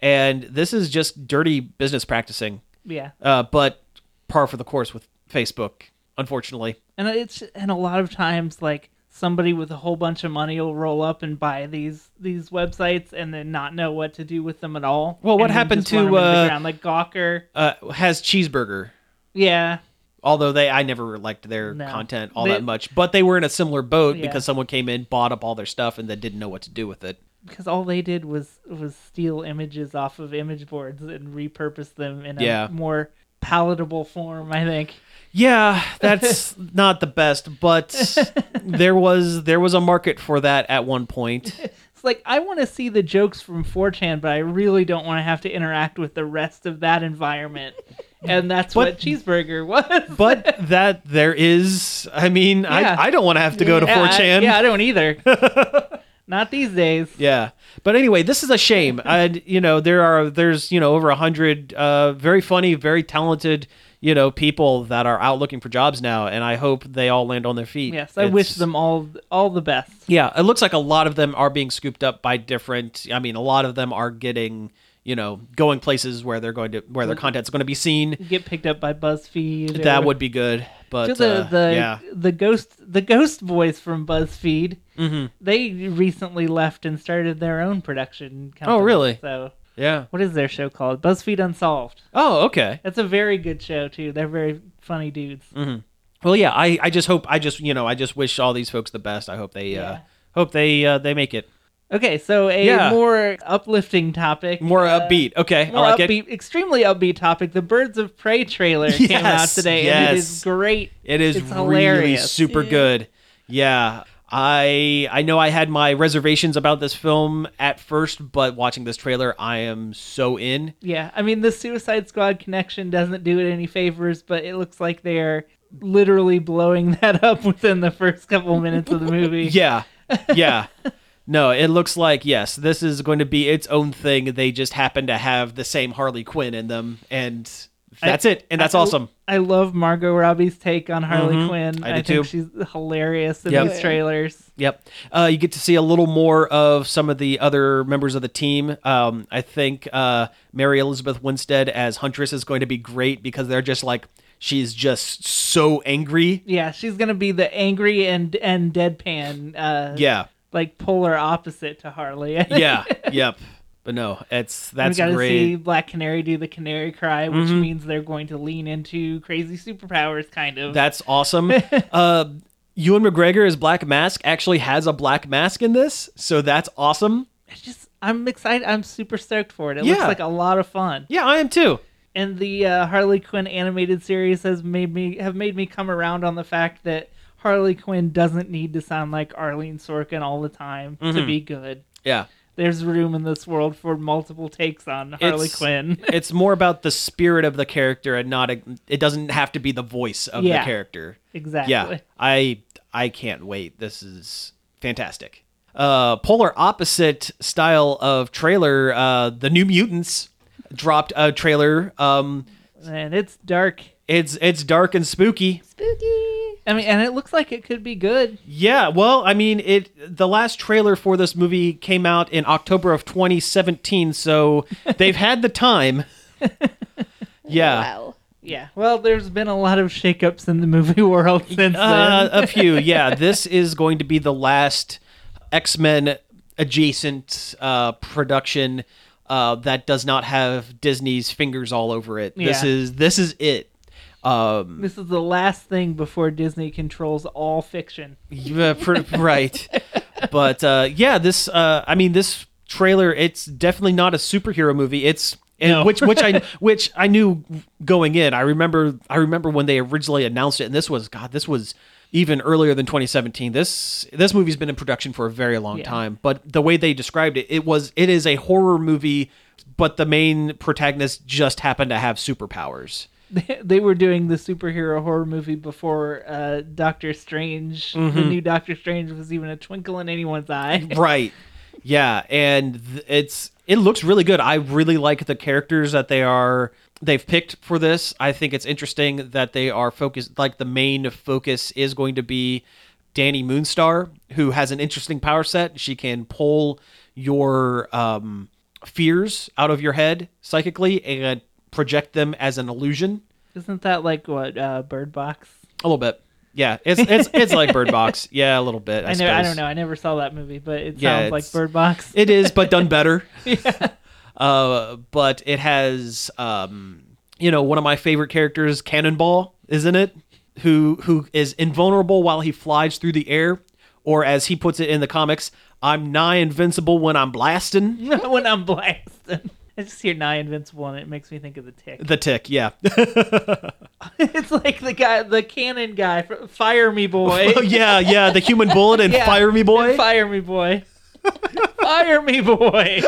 S3: and this is just dirty business practicing.
S2: Yeah.
S3: Uh, but par for the course with Facebook, unfortunately.
S2: And it's and a lot of times like somebody with a whole bunch of money will roll up and buy these these websites and then not know what to do with them at all.
S3: Well, what
S2: And then
S3: happened
S2: just run
S3: to,
S2: them into the
S3: uh,
S2: ground, like Gawker?
S3: Uh, has cheeseburger.
S2: Yeah.
S3: although they I never liked their
S2: No.
S3: content all
S2: They-
S3: that much, but they were in a similar boat
S2: Yeah.
S3: because someone came in, bought up all their stuff, and then didn't know what to do with it.
S2: Because all they did was was steal images off of image boards and repurpose them in a
S3: Yeah.
S2: more palatable form, I think.
S3: Yeah, that's [laughs] not the best,
S2: [laughs]
S3: but there was there was a market for that at one point.
S2: It's like I want to see the jokes from 4chan, but I really don't want to have to interact with the rest of
S3: [laughs]
S2: that environment. And that's what cheeseburger was.
S3: But that there is, I mean,
S2: Yeah.
S3: I, I don't want to have to go to
S2: Yeah, I-
S3: 4chan.
S2: yeah, I
S3: [laughs]
S2: don't either. Not these days.
S3: Yeah, but anyway, this is a
S2: [laughs]
S3: shame. And you know, there are there's you know over a hundred uh, very funny, very talented you know people that are out looking for jobs now, and I hope they all land on their feet.
S2: Yes, I wish
S3: It's-
S2: them all all the best.
S3: Yeah, it looks like a lot of them are being scooped up by different. I mean, a lot of them are getting you know going places where they're going to where
S2: Mm.
S3: their content's going to be seen.
S2: Get picked up by BuzzFeed. or-
S3: That would be good,
S2: to
S3: but
S2: the
S3: uh,
S2: the
S3: yeah.
S2: the ghost the ghost boys from BuzzFeed.
S3: Mm-hmm.
S2: They recently left and started their own production. Company,
S3: Oh, really?
S2: So
S3: Yeah.
S2: what is their show called? BuzzFeed Unsolved.
S3: Oh, okay.
S2: That's a very good show too. They're very funny dudes.
S3: Mm. Well, yeah. I, I just hope I just you know I just wish all these folks the best. I hope they uh,
S2: Yeah.
S3: hope they uh, they make it.
S2: Okay, so a
S3: Yeah.
S2: more uplifting topic.
S3: More
S2: uh,
S3: upbeat. Okay,
S2: more
S3: I like it.
S2: upbeat, extremely upbeat topic. The Birds of Prey trailer came
S3: [laughs]
S2: out
S3: Yes,
S2: today, and it is
S3: yes.
S2: great.
S3: It is
S2: it's
S3: really
S2: hilarious.
S3: super good. Yeah. I I know I had my reservations about this film at first, but watching this trailer, I am so in.
S2: Yeah, I mean the Suicide Squad connection doesn't do it any favors, but it looks like they're literally blowing [laughs] that up within the first couple minutes of the movie.
S3: [laughs] Yeah.
S2: [laughs]
S3: Yeah. no, it looks like yes, this is going to be its own thing. They just happen to have the same Harley Quinn in them and that's it. And that's
S2: I-
S3: awesome. Mm-hmm.
S2: I love Margot Robbie's take on Harley Quinn.
S3: I do
S2: think
S3: too.
S2: she's hilarious in
S3: Yep.
S2: these trailers.
S3: Yep. Uh, you get to see a little more of some of the other members of the team. Um, I think uh, Mary Elizabeth Winstead as Huntress is going to be great because they're just like, she's just so angry.
S2: Yeah, she's gonna be the angry and and deadpan, uh,
S3: Yeah.
S2: like polar opposite to Harley. [laughs] I
S3: [laughs]
S2: think.
S3: Yeah. yep. But no, it's
S2: And
S3: that's
S2: we got to
S3: great. Mm-hmm.
S2: see Black Canary do the canary cry, which means they're going to lean into crazy superpowers, kind of.
S3: That's [laughs] awesome. uh, Ewan McGregor as Black Mask actually has a black mask in this, so that's awesome.
S2: It's just, I'm excited. I'm super stoked for it. It looks
S3: Yeah.
S2: like a lot of fun.
S3: Yeah, I am too.
S2: And the uh, Harley Quinn animated series has made me have made me come around on the fact that
S3: Mm-hmm.
S2: Harley Quinn doesn't need to sound like Arlene Sorkin all the time to be good.
S3: Yeah.
S2: there's room in this world for multiple takes on Harley
S3: It's-
S2: Quinn. [laughs]
S3: it's more about the spirit of the character and not a, it doesn't have to be the voice of
S2: Yeah.
S3: the character.
S2: Exactly.
S3: Yeah. I I can't wait. This is fantastic. Uh polar opposite style of trailer, uh The New Mutants dropped a trailer. Um
S2: And it's dark.
S3: it's it's dark and spooky.
S4: Spooky.
S2: I mean, and it looks like it could be good.
S3: Yeah, well, I mean, it the last trailer for this movie came out in October of 2017,
S2: [laughs]
S3: so they've had the time. Yeah.
S4: Wow.
S2: Yeah. Well, there's been a lot of shakeups in the movie [laughs] world since
S3: Uh,
S2: then.
S3: a few, yeah. This is going to be the last X Men adjacent uh, production uh, that does not have Disney's fingers all over it. This
S2: Yeah.
S3: is this is it. Um,
S2: This is the last thing before Disney controls all fiction.
S3: yeah, pr- [laughs] right, but uh, yeah, this. Uh, I mean, this trailer. It's definitely not a superhero movie. It's and
S2: No.
S3: which which
S2: [laughs]
S3: I which I knew going in. I remember I remember when they originally announced it, and this was God. This was even earlier than 2017. This this movie's been in production for a very long
S2: Yeah.
S3: time. But the way they described it, it was it is a horror movie, but the main protagonist just happened to have superpowers.
S2: they were doing the superhero horror movie before uh, Doctor Strange,
S3: Mm-hmm.
S2: the new Doctor Strange, was even a twinkle in anyone's
S3: [laughs]
S2: eye.
S3: right yeah and th- it's it looks really good i really like the characters that they are they've picked for this i think it's interesting that they are focused like the main focus is going to be danny moonstar who has an interesting power set she can pull your um, fears out of your head psychically and project them as an illusion
S2: Isn't that like what uh, Bird Box?
S3: a little bit yeah it's it's, it's like bird box yeah a little bit i,
S2: I, know, I
S3: suppose.
S2: don't know. I never saw that movie, but it
S3: Yeah,
S2: sounds like
S3: it's-
S2: Bird Box. [laughs]
S3: It is, but done better. Uh, but it has, um, you know, one of my favorite characters, Cannonball, isn't it? Who who is invulnerable while he flies through the air, or as he puts it in the comics, "I'm nigh invincible when I'm blasting."
S2: when I'm blasted. I just hear Nigh Invincible and it makes me think of the
S3: [laughs]
S2: tick.
S3: The tick,
S2: [laughs]
S3: yeah,
S2: It's like the guy, the cannon guy, fr- Fire Me Boy.
S3: yeah, yeah. The human bullet and
S2: Yeah,
S3: [laughs] fire me, boy.
S2: and Fire Me Boy. fire
S3: [laughs]
S2: Me Boy.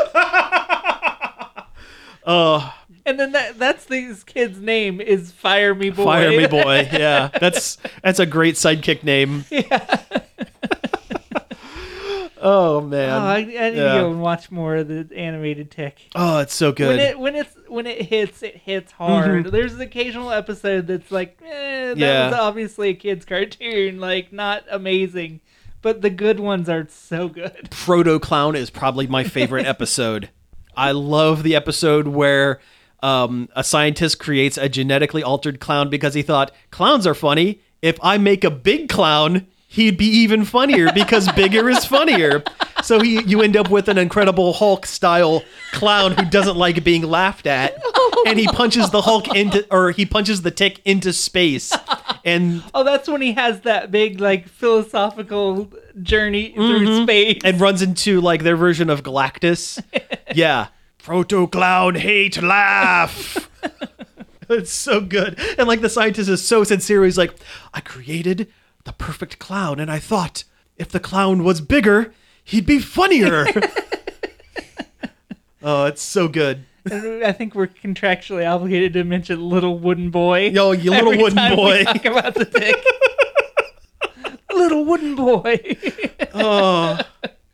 S3: Oh,
S2: And then that, that's these kids' name is Fire Me Boy.
S3: fire me, boy. Yeah, that's that's a great sidekick
S2: [laughs]
S3: name. oh
S2: Oh, I,
S3: man,
S2: I need to
S3: Yeah.
S2: go and watch more of the animated tick.
S3: oh, it's so good.
S2: When it when it's when it hits, it hits hard. There's an occasional episode that's like, eh, that
S3: Mm-hmm. Yeah.
S2: was obviously a kid's cartoon, like not amazing. But the good ones are so good.
S3: Proto Clown is probably my favorite episode. I love the episode where um, a scientist creates a genetically altered clown because he thought clowns are funny. If I make a big clown, he'd be even funnier because bigger is funnier. So he, you end up with an incredible Hulk style clown who doesn't like being laughed at, and he punches the Hulk into, or he punches the tick into space, and
S2: Oh, that's when he has that big like philosophical journey through space.
S3: Mm-hmm. and runs into like their version of
S2: [laughs]
S3: Galactus. yeah. Proto clown hate laugh. [laughs] it's so good. And like the scientist is so sincere. He's like, I created the perfect clown and I thought if the clown was bigger, he'd be
S2: [laughs]
S3: funnier. oh, it's so good.
S2: And I think we're contractually obligated to mention Little Wooden Boy.
S3: Yo, you little
S2: every
S3: wooden
S2: time
S3: boy.
S2: We talk about
S3: [laughs]
S2: the dick. little wooden boy.
S3: oh.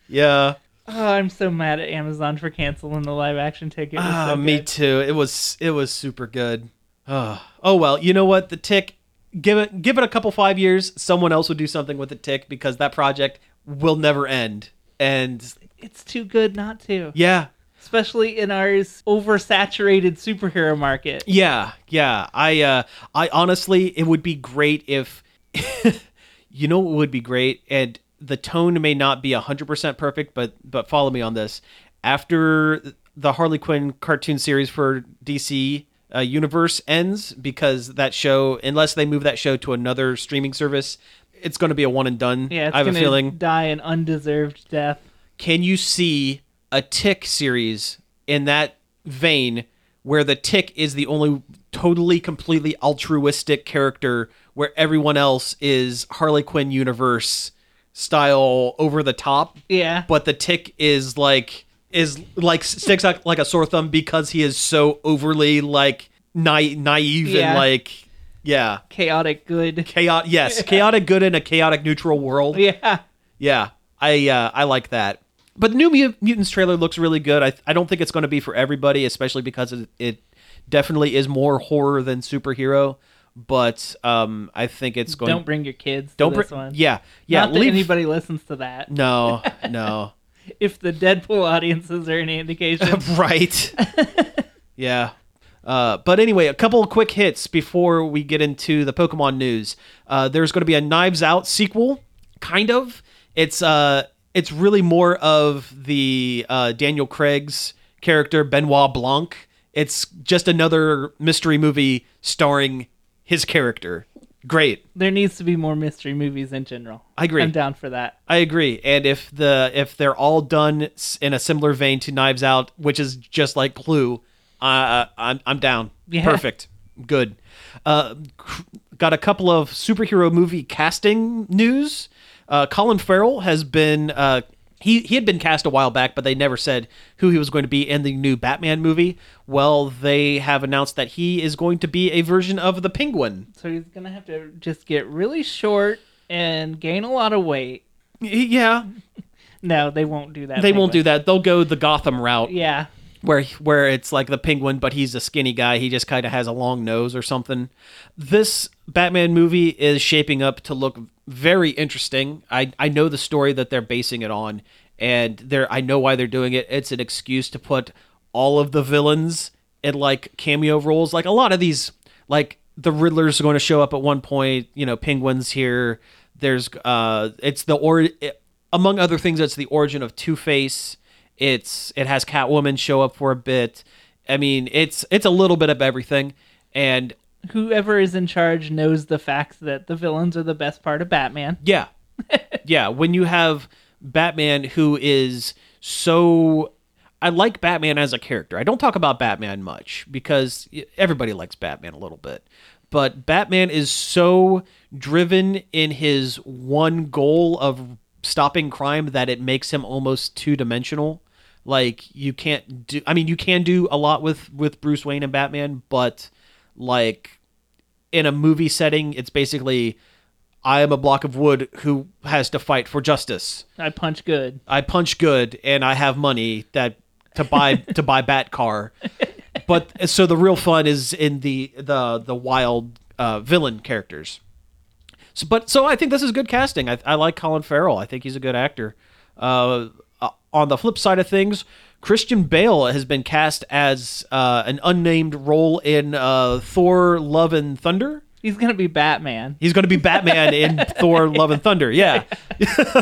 S3: Yeah.
S2: Oh, I'm so mad at Amazon for canceling the live action ticket.
S3: Ah, me too. It was it was super good. Ah. oh well, you know what? The tick. Give it give it a couple five years. Someone else would do something with the tick because that project will never end. And
S2: It's too good not to.
S3: yeah,
S2: Especially in our s- oversaturated superhero market.
S3: yeah, yeah. I uh, I honestly, it would be great if [laughs] you know what would be great, and the tone may not be hundred percent perfect, but but follow me on this. After the Harley Quinn cartoon series for DC uh, Universe ends, because that show, unless they move that show to another streaming service, it's going to be a one and done.
S2: Yeah, it's
S3: I have a
S2: gonna
S3: feeling
S2: die an undeserved death.
S3: can you see a tick series in that vein where the tick is the only totally completely altruistic character where everyone else is harley quinn universe style over the top
S2: Yeah.
S3: but the tick is like is like sticks out like a sore thumb because he is so overly like na- naive
S2: Yeah.
S3: and like yeah
S2: Chaotic good. [laughs]
S3: chaotic yes chaotic good in a chaotic neutral world
S2: Yeah.
S3: yeah, I uh, I like that. But the new Mu- Mutants trailer looks really good. I I don't think it's going to be for everybody, especially because it, it definitely is more horror than superhero. But um, I think it's going.
S2: Don't bring your kids.
S3: Don't
S2: Don't to
S3: bring-
S2: this one.
S3: Yeah, yeah.
S2: Not that
S3: leave-
S2: anybody listens to that.
S3: [laughs]
S2: [laughs]
S3: No, no.
S2: If the Deadpool [laughs] audiences are
S3: [laughs]
S2: any indication,
S3: right. yeah. Uh, but anyway, a couple of quick hits before we get into the Pokemon news. Uh, there's going to be a Knives Out sequel, kind of. It's uh, it's really more of the uh, Daniel Craig's character Benoit Blanc. It's just another mystery movie starring his character. Great.
S2: there needs to be more mystery movies in general.
S3: I agree.
S2: I'm down for that.
S3: I agree. And if the if they're all done s- in a similar vein to Knives Out, which is just like Clue, uh, I'm I'm down.
S2: Yeah.
S3: Perfect. Good. Uh, cr- got a couple of superhero movie casting news. Uh, Colin Farrell has been uh, he he had been cast a while back, but they never said who he was going to be in the new Batman movie. Well, they have announced that he is going to be a version of the Penguin.
S2: So he's gonna have to just get really short and gain a lot of weight.
S3: Y- Yeah,
S2: No, they won't do that.
S3: they won't do
S2: Penguin.
S3: that. They'll go the Gotham route.
S2: Yeah.
S3: where where it's like the penguin but he's a skinny guy he just kind of has a long nose or something this batman movie is shaping up to look very interesting i i know the story that they're basing it on and they're i know why they're doing it it's an excuse to put all of the villains in like cameo roles like a lot of these like the riddler's going to show up at one point you know penguins here there's uh it's the or it, among other things it's the origin of two face it's it has Catwoman show up for a bit. I mean, it's it's a little bit of everything, and
S2: Whoever is in charge knows the fact that the villains are the best part of Batman.
S3: yeah, yeah. When you have Batman, who is so, I like Batman as a character. I don't talk about Batman much because everybody likes Batman a little bit, but Batman is so driven in his one goal of stopping crime that it makes him almost two dimensional. like you can't do i mean you can do a lot with with bruce wayne and batman but like in a movie setting it's basically i am a block of wood who has to fight for justice
S2: I punch good.
S3: i punch good and i have money that to buy to buy bat car but so the real fun is in the the the wild uh, villain characters so, but so I think this is good casting. I, I like Colin Farrell. I think he's a good actor. Uh, uh, on the flip side of things, Christian Bale has been cast as uh, an unnamed role in uh, Thor: Love and Thunder.
S2: He's gonna
S3: [laughs]
S2: be Batman.
S3: He's going to be Batman [laughs] in Thor: Love and Thunder. Yeah,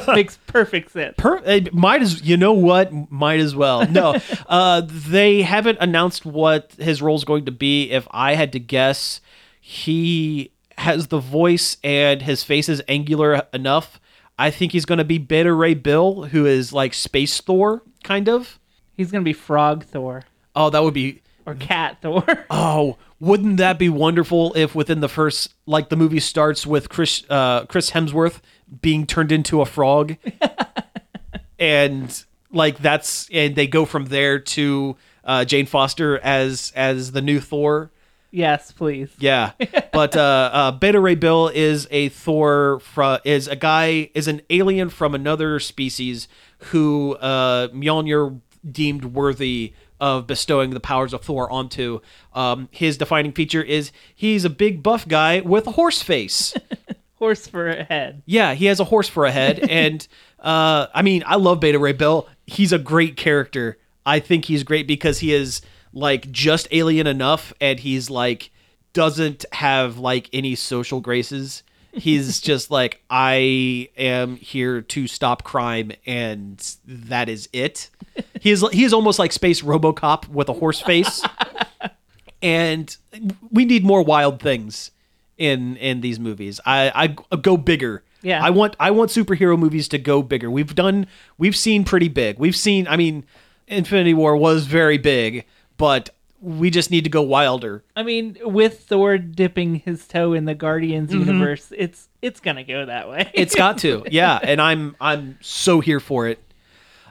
S2: Makes perfect sense.
S3: per- it might as you know what might as well. No, uh, they haven't announced what his role's going to be. If I had to guess, he has the voice and his face is angular enough. I think he's going to be Beta Ray Bill, who is like Space Thor, kind of.
S2: He's gonna be Frog Thor
S3: Oh, that would be.
S2: or Cat Thor. [laughs]
S3: Oh, wouldn't that be wonderful if within the first, like the movie starts with Chris uh, Chris Hemsworth being turned into a frog, and like that's and they go from there to uh, Jane Foster as as the new Thor.
S2: yes, please.
S3: Yeah, but uh, uh, Beta Ray Bill is a Thor fro- is a guy is an alien from another species who uh, Mjolnir deemed worthy of bestowing the powers of Thor onto. Um, his defining feature is he's a big buff guy with a horse face.
S2: Horse for a head.
S3: Yeah, he has a horse for a head, and uh, I mean, I love Beta Ray Bill. He's a great character. I think he's great because he is like just alien enough, and he's like doesn't have like any social graces. He's just like I am here to stop crime, and that is it. He is he is almost like space RoboCop with a horse face, and we need more wild things in in these movies. I I go bigger.
S2: Yeah.
S3: I want I want superhero movies to go bigger. We've done we've seen pretty big. We've seen I mean Infinity War was very big, but we just need to go wilder.
S2: I mean, with Thor dipping his toe in the Guardians
S3: Mm-hmm.
S2: universe, it's it's gonna go that way.
S3: It's got to. Yeah, and I'm I'm so here for it.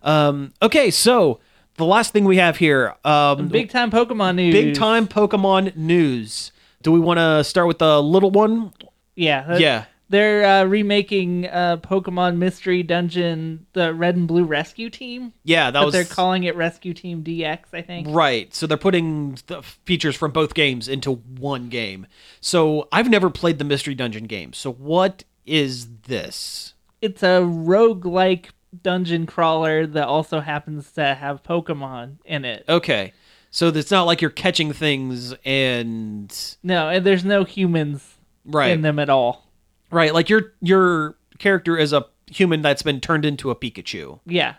S3: Um okay, so The last thing we have here, um,
S2: [laughs] Big time Pokemon news.
S3: big time Pokemon news. Do we want to start with the little one?
S2: Yeah. that-
S3: Yeah.
S2: They're uh, remaking uh, Pokemon Mystery Dungeon, the Red and Blue Rescue Team.
S3: Yeah, that
S2: but
S3: was
S2: they're calling it Rescue Team DX, I think.
S3: Right. So they're putting the features from both games into one game. So I've never played the Mystery Dungeon game. So what is this?
S2: It's a roguelike dungeon crawler that also happens to have Pokemon in it.
S3: Okay. So it's not like you're catching things and
S2: No, and there's no humans
S3: right.
S2: in them at all.
S3: Right. Like your your character is a human that's been turned into a Pikachu.
S2: Yeah.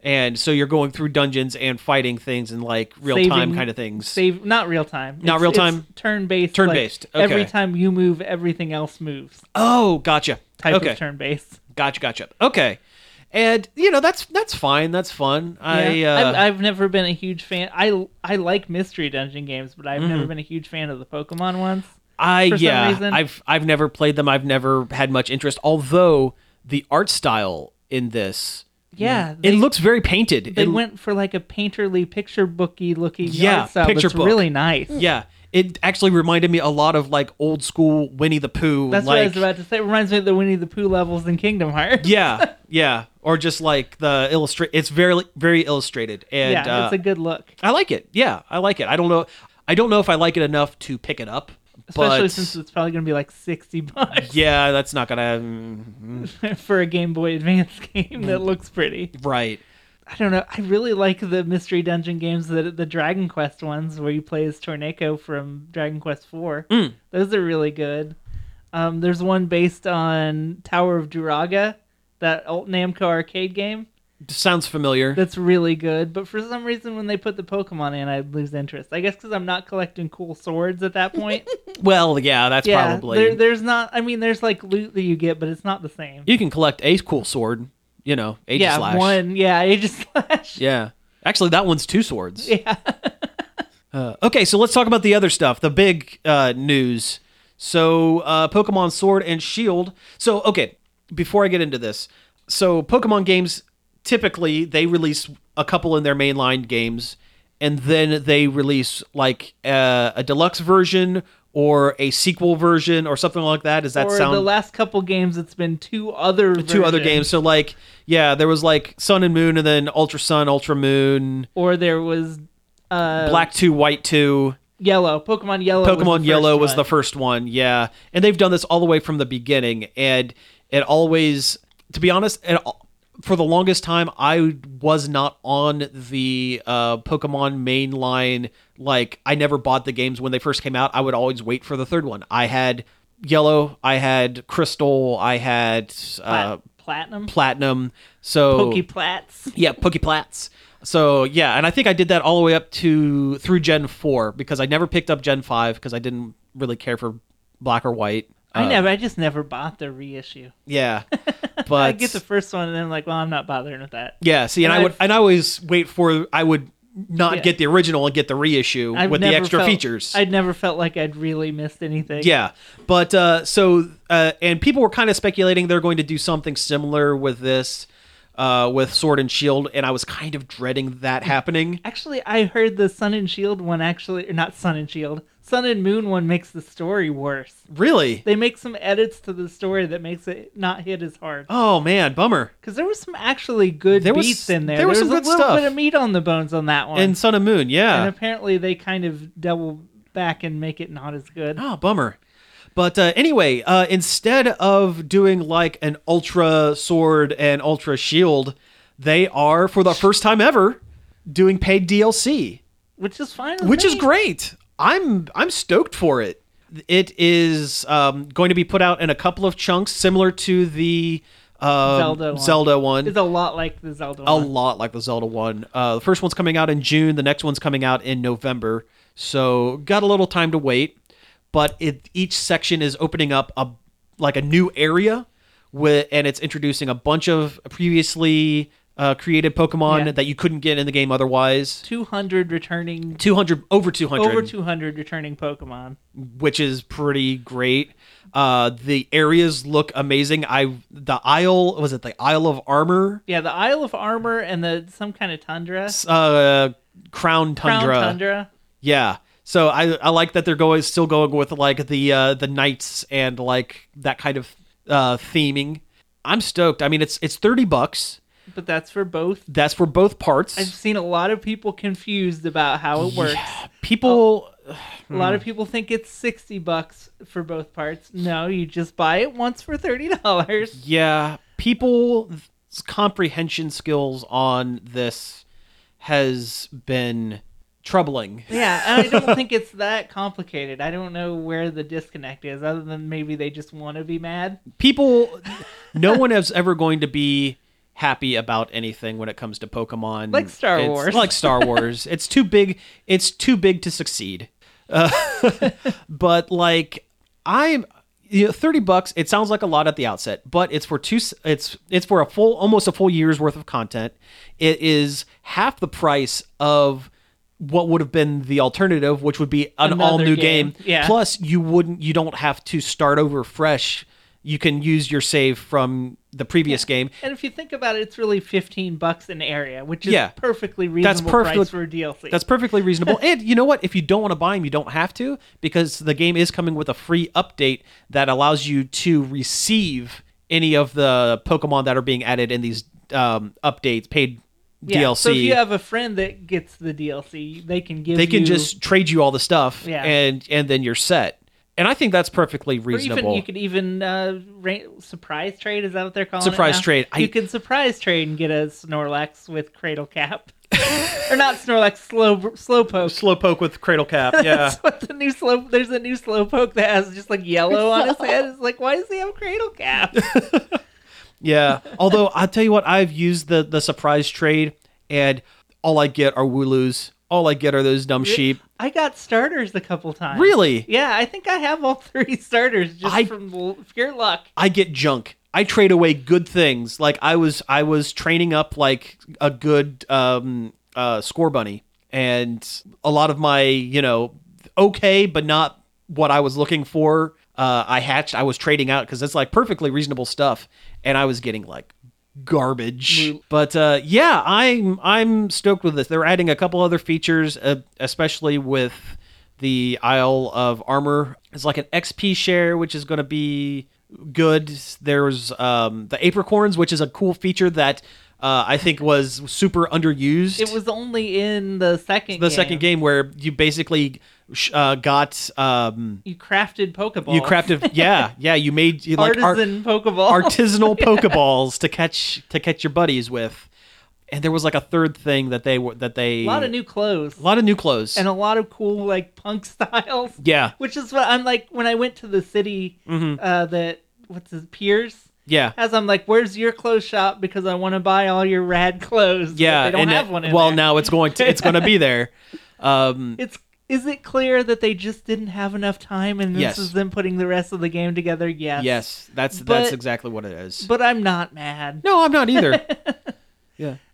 S3: And so you're going through dungeons and fighting things and like real time
S2: Saving-
S3: kind of things.
S2: Save not real time.
S3: Not
S2: It's-
S3: real
S2: it's
S3: time?
S2: turn-based. like,
S3: Turn-based, okay.
S2: Every time you move, everything else moves.
S3: oh, gotcha.
S2: Type
S3: okay.
S2: of turn-based.
S3: Gotcha, gotcha. Okay. And you know, that's that's fine. That's fun. I
S2: Yeah.
S3: uh
S2: I've, I've never been a huge fan. I I like mystery dungeon games, but I've
S3: Mm-hmm.
S2: never been a huge fan of the Pokemon ones.
S3: I
S2: for some
S3: yeah,
S2: reason.
S3: I've I've never played them. I've never had much interest. Although the art style in this,
S2: Yeah,
S3: it
S2: they-
S3: looks very painted.
S2: They
S3: It-
S2: went for like a painterly picture booky looking
S3: Yeah,
S2: art style.
S3: picture
S2: that's
S3: book.
S2: really nice.
S3: Yeah, it actually reminded me a lot of like old school Winnie the Pooh.
S2: That's what I
S3: like,
S2: was about to say. It reminds me of the Winnie the Pooh levels in Kingdom Hearts.
S3: yeah, yeah, or just like the illustrate. It's very very illustrated, and
S2: [laughs] yeah,
S3: uh,
S2: it's a good look,
S3: I like it. Yeah, I like it. I don't know. I don't know if I like it enough to pick it up.
S2: especially
S3: but
S2: since it's probably going to be like sixty bucks [laughs]
S3: yeah, that's not gonna mm,
S2: for a Game Boy Advance [laughs] game that looks pretty.
S3: right.
S2: I don't know. I really like the mystery dungeon games, the the Dragon Quest ones where you play as Tornado from Dragon Quest Four.
S3: Mm.
S2: Those are really good. Um, there's one based on Tower of Duraga, that old Namco arcade game.
S3: Sounds familiar.
S2: That's really good. But for some reason, when they put the Pokemon in, I lose interest. I guess because I'm not collecting cool swords at that point.
S3: well, yeah, that's
S2: yeah,
S3: probably.
S2: there, there's not. I mean, there's like loot that you get, but it's not the same.
S3: you can collect a cool sword. You know, Age
S2: yeah,
S3: Slash.
S2: one. Yeah, Aegis [laughs] Slash.
S3: Yeah. Actually, that one's two swords. Yeah.
S2: [laughs]
S3: uh, okay, so let's talk about the other stuff, the big uh, news. So, uh, Pokemon Sword and Shield. So, okay, before I get into this, so Pokemon games typically they release a couple in their mainline games, and then they release like uh, a deluxe version or a sequel version or something like that. Does that
S2: or
S3: sound
S2: the last couple games, it's been two other
S3: two other
S2: versions.
S3: games. So like, yeah, there was like Sun and Moon, and then Ultra Sun, Ultra Moon,
S2: or there was uh
S3: Black Two, White Two,
S2: yellow pokemon yellow was the
S3: Pokemon
S2: first
S3: Yellow was
S2: one.
S3: the first one. Yeah, and they've done this all the way from the beginning, and it always, to be honest, it, al- for the longest time, I was not on the uh, Pokemon main line. Like, I never bought the games when they first came out. I would always wait for the third one. I had Yellow, I had Crystal, I had uh,
S2: Plat- platinum
S3: Platinum. So
S2: pokeplats
S3: yeah, Pokeplats. So yeah, and I think I did that all the way up to through Gen four because I never picked up Gen five because I didn't really care for black or white. Uh,
S2: i never i just never bought the reissue
S3: Yeah, but
S2: [laughs] i get the first one and then i'm like well i'm not bothering with that
S3: yeah. See, and,
S2: and
S3: I would
S2: I've-
S3: and I always wait for I would not
S2: Yeah.
S3: get the original and get the reissue
S2: I've
S3: with the
S2: never
S3: extra
S2: felt-
S3: features.
S2: i'd never felt like i'd really missed anything
S3: Yeah, but uh, so uh, and people were kind of speculating they're going to do something similar with this, uh, with Sword and Shield, and I was kind of dreading that happening.
S2: actually i heard the sun and shield one actually or not sun and shield sun and moon one makes the story worse
S3: Really?
S2: they make some edits to the story that makes it not hit as hard
S3: Oh man, bummer.
S2: because there was some actually good
S3: There was-
S2: beats in there
S3: there was
S2: was
S3: some
S2: a
S3: good
S2: little
S3: stuff.
S2: bit of meat on the bones on that one
S3: And uh, Sun and Moon, yeah.
S2: and apparently they kind of double back and make it not as
S3: [gasps]
S2: good.
S3: Oh, bummer. But uh, anyway, uh, instead of doing like an Ultra Sword and Ultra Shield, they are for the first time ever doing paid DLC,
S2: which is fine. with
S3: which is
S2: me.
S3: Oh, great. I'm I'm stoked for it. It is um, going to be put out in a couple of chunks, similar to the um,
S2: Zelda one.
S3: Zelda one.
S2: It's a lot like the Zelda.
S3: a
S2: one.
S3: lot like the Zelda one. Uh, the first one's coming out in June. The next one's coming out in November. So got a little time to wait. But it, each section is opening up a like a new area with, and it's introducing a bunch of previously uh, created Pokemon
S2: Yeah.
S3: that you couldn't get in the game otherwise.
S2: 200 returning,
S3: 200 over 200
S2: over 200 returning Pokemon.
S3: which is pretty great. Uh, the areas look amazing. I the Isle was it the Isle of Armor,
S2: Yeah, the Isle of Armor and the some kind of tundra,
S3: uh, Crown
S2: Crown
S3: Tundra.
S2: tundra.
S3: Yeah. So I I like that they're going still going with like the uh, the knights and like that kind of uh, theming. I'm stoked. I mean it's it's thirty bucks.
S2: But that's for both.
S3: That's for both parts.
S2: I've seen a lot of people confused about how it works.
S3: People
S2: A
S3: mm.
S2: lot of people think it's 60 bucks for both parts. No, you just buy it once for $30.
S3: yeah people's comprehension skills on this has been troubling
S2: Yeah, and I don't think it's that complicated. I don't know where the disconnect is other than maybe they just want to be mad.
S3: people no one is ever going to be happy about anything when it comes to pokemon
S2: Like Star
S3: It's-
S2: Wars.
S3: like star wars it's too big it's too big to succeed Uh, but like i'm you know, 30 bucks it sounds like a lot at the outset but it's for two s- it's it's for a full almost a full year's worth of content it is half the price of what would have been the alternative which would be an
S2: Another
S3: all new
S2: game.
S3: game,
S2: Yeah.
S3: plus plus you wouldn't you don't have to start over fresh you can use your save from the previous game
S2: And if you think about it, it's really 15 bucks an area, which is
S3: Yeah.
S2: perfectly reasonable
S3: perfectly-
S2: price for a
S3: [laughs]
S2: DLC.
S3: that's perfectly reasonable and you know what if you don't want to buy them you don't have to because the game is coming with a free update that allows you to receive any of the pokemon that are being added in these um, updates paid
S2: Yeah,
S3: dlc
S2: So if you have a friend that gets the DLC, they can give
S3: they can
S2: you-
S3: just trade you all the stuff
S2: Yeah.
S3: and and then you're set and i think that's perfectly
S2: Or even
S3: reasonable
S2: you could even uh, ra- surprise trade. Is that what they're calling it?
S3: Surprise
S2: now?
S3: trade. I-
S2: You could surprise trade and get a Snorlax with Cradle Cap, [laughs] or not Snorlax, slow Slowpoke.
S3: Slowpoke with cradle cap, [laughs] yeah.
S2: That's what the new slow. There's a new Slowpoke that has just like yellow
S3: [laughs]
S2: on his head. It's like, why does he have Cradle Cap?
S3: Yeah. Although I tell you what, I've used the the surprise trade, and all I get are wooloos. All I get are those dumb sheep.
S2: I got starters a couple times.
S3: Really?
S2: Yeah, I think I have all [laughs] three starters just
S3: I-
S2: from l- pure luck.
S3: I get junk. I trade away good things. Like I was I was training up like a good um uh score bunny and a lot of my, you know, okay but not what I was looking for. Uh, I hatched. I was trading out because it's like perfectly reasonable stuff, and I was getting like garbage. But uh, yeah, I'm I'm stoked with this. They're adding a couple other features, uh, especially with the Isle of Armor. It's like an XP share, which is going to be good. There's um, the apricorns, which is a cool feature that uh, I think was super underused
S2: It was only in the second.
S3: the second game where you basically sh- uh, got um,
S2: You crafted Pokeballs.
S3: you crafted
S2: [laughs]
S3: yeah yeah you made you like art-
S2: artisan [laughs] Pokeball.
S3: artisanal pokeballs to catch to catch your buddies with and there was like a third thing that they were that they
S2: a lot of new clothes
S3: a lot of new clothes
S2: and a lot of cool like punk [laughs] styles.
S3: yeah
S2: Which is what I'm like when I went to the city
S3: Mm-hmm.
S2: uh, that what's his Piers.
S3: yeah
S2: As I'm like, where's your clothes shop? Because I want to buy all your rad [laughs] clothes. but
S3: yeah
S2: they don't
S3: and
S2: have
S3: it-
S2: one. In
S3: well
S2: there.
S3: now it's going to it's going to
S2: [laughs]
S3: be there um
S2: it's is it clear that they just didn't have enough time, and this
S3: Yes.
S2: is them putting the rest of the game together? Yes.
S3: yes that's
S2: But-
S3: that's exactly what it is
S2: But I'm not mad.
S3: no i'm not
S2: [laughs]
S3: either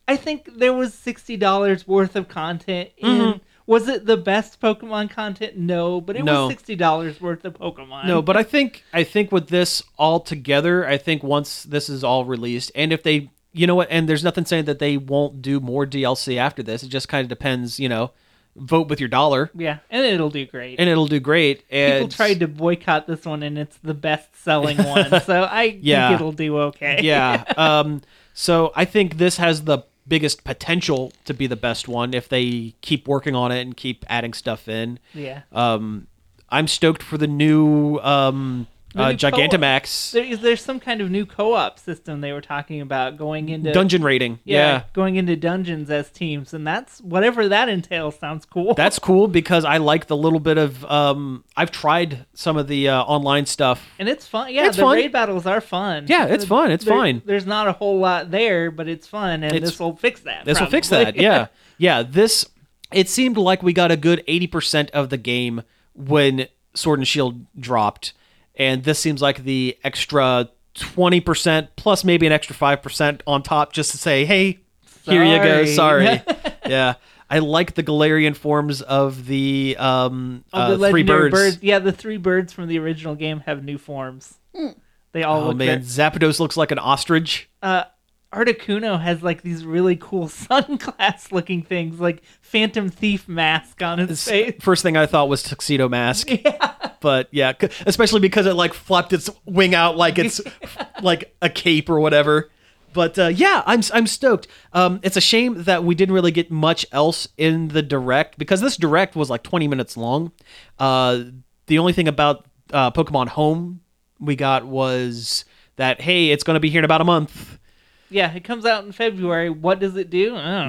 S2: I think there was sixty dollars worth of content in.
S3: Mm-hmm.
S2: Was it the best Pokemon content? No, but it
S3: No.
S2: was sixty dollars worth of Pokemon.
S3: No, but I think I think with this all together, I think once this is all released, and if they, you know what, and there's nothing saying that they won't do more DLC after this. It just kind of depends, you know, vote with your dollar,
S2: yeah, and it'll do great.
S3: and it'll do great. And
S2: People tried to boycott this one, and it's
S3: [laughs]
S2: the best-selling one, so I
S3: Yeah.
S2: think it'll do okay.
S3: [laughs] yeah. Um, so I think this has the biggest potential to be the best one if they keep working on it and keep adding stuff in.
S2: [laughs] yeah.
S3: Um, I'm stoked for the new um,
S2: The
S3: uh,
S2: new co-
S3: Gigantamax
S2: There, is there some kind of new co-op system they were talking about going into
S3: dungeon rating. yeah.
S2: going into dungeons as teams, and that's whatever that entails sounds cool.
S3: That's cool because I like the little bit of um I've tried some of the uh, online stuff.
S2: and it's fun. Yeah,
S3: It's
S2: the
S3: fun.
S2: raid battles are fun.
S3: Yeah, it's fun. It's
S2: There-
S3: fine.
S2: There's not a whole lot there, but it's fun, and
S3: It's-
S2: this will fix that.
S3: This will fix
S2: probably.
S3: that.
S2: [laughs]
S3: Yeah. Yeah, this it seemed like we got a good 80% of the game when Sword and Shield dropped and this seems like the extra 20% plus maybe an extra 5% on top just to say, "Hey, Here you go.
S2: Sorry.
S3: Sorry.
S2: [laughs]
S3: yeah. I like the Galarian forms of the um
S2: All the
S3: uh, three
S2: legendary
S3: birds.
S2: birds. Yeah, the three birds from the original game have new forms. They all
S3: Oh
S2: look
S3: man,
S2: man.
S3: Zapdos looks like an ostrich.
S2: Uh, Articuno has like these really cool [laughs] sunglass looking things, like Phantom Thief mask on his face.
S3: First thing I thought was tuxedo
S2: [laughs]
S3: mask. But yeah, c- especially because it like flapped its wing out like
S2: [laughs]
S3: it's like a cape or whatever. But uh, yeah, I'm I'm stoked. Um, it's a shame that we didn't really get much else in the direct because this direct was like 20 minutes long. Uh, the only thing about uh, Pokemon Home we got was that hey, it's going to be here in about a month.
S2: Yeah, it comes out in February. What does it do? I don't know.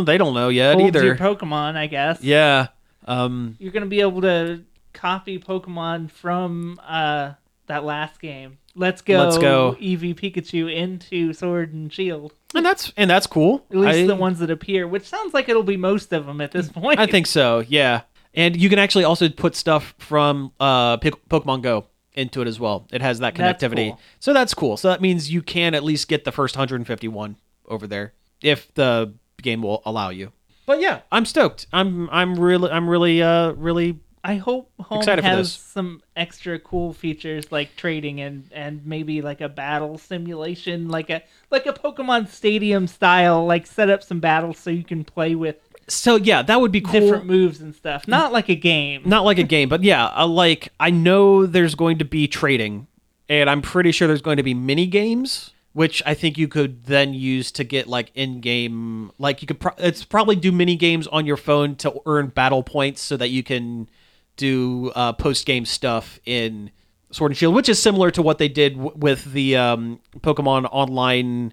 S3: No, they don't know yet
S2: Holds
S3: either.
S2: your Pokemon, I guess.
S3: yeah. Um,
S2: You're gonna be able to copy Pokemon from uh, that last game. Let's go.
S3: Let's go.
S2: Eevee Pikachu into Sword and Shield.
S3: and that's and that's cool.
S2: At least
S3: I-
S2: the ones that appear, which sounds like it'll be most of them at this point.
S3: I think so. Yeah, and you can actually also put stuff from uh, Pic- Pokemon Go into it as well. It has that
S2: That's
S3: connectivity,
S2: cool.
S3: so that's cool. So that means you can at least get the first 151 over there if the game will allow you. But yeah, I'm stoked. I'm I'm really I'm really uh really
S2: [laughs] I hope Home
S3: Excited for
S2: has
S3: this.
S2: some extra cool features like trading and and maybe like a battle simulation, like a like a Pokemon Stadium style, like set up some battles so you can play with
S3: so yeah that would be cool.
S2: different moves and stuff. Not like a game.
S3: not like a game, but yeah, uh, like I know there's going to be trading, and I'm pretty sure there's going to be mini games, which I think you could then use to get like in game. Like you could, pro- it's probably do mini games on your phone to earn battle points so that you can do uh, post game stuff in Sword and Shield, which is similar to what they did w- with the um, Pokemon Online.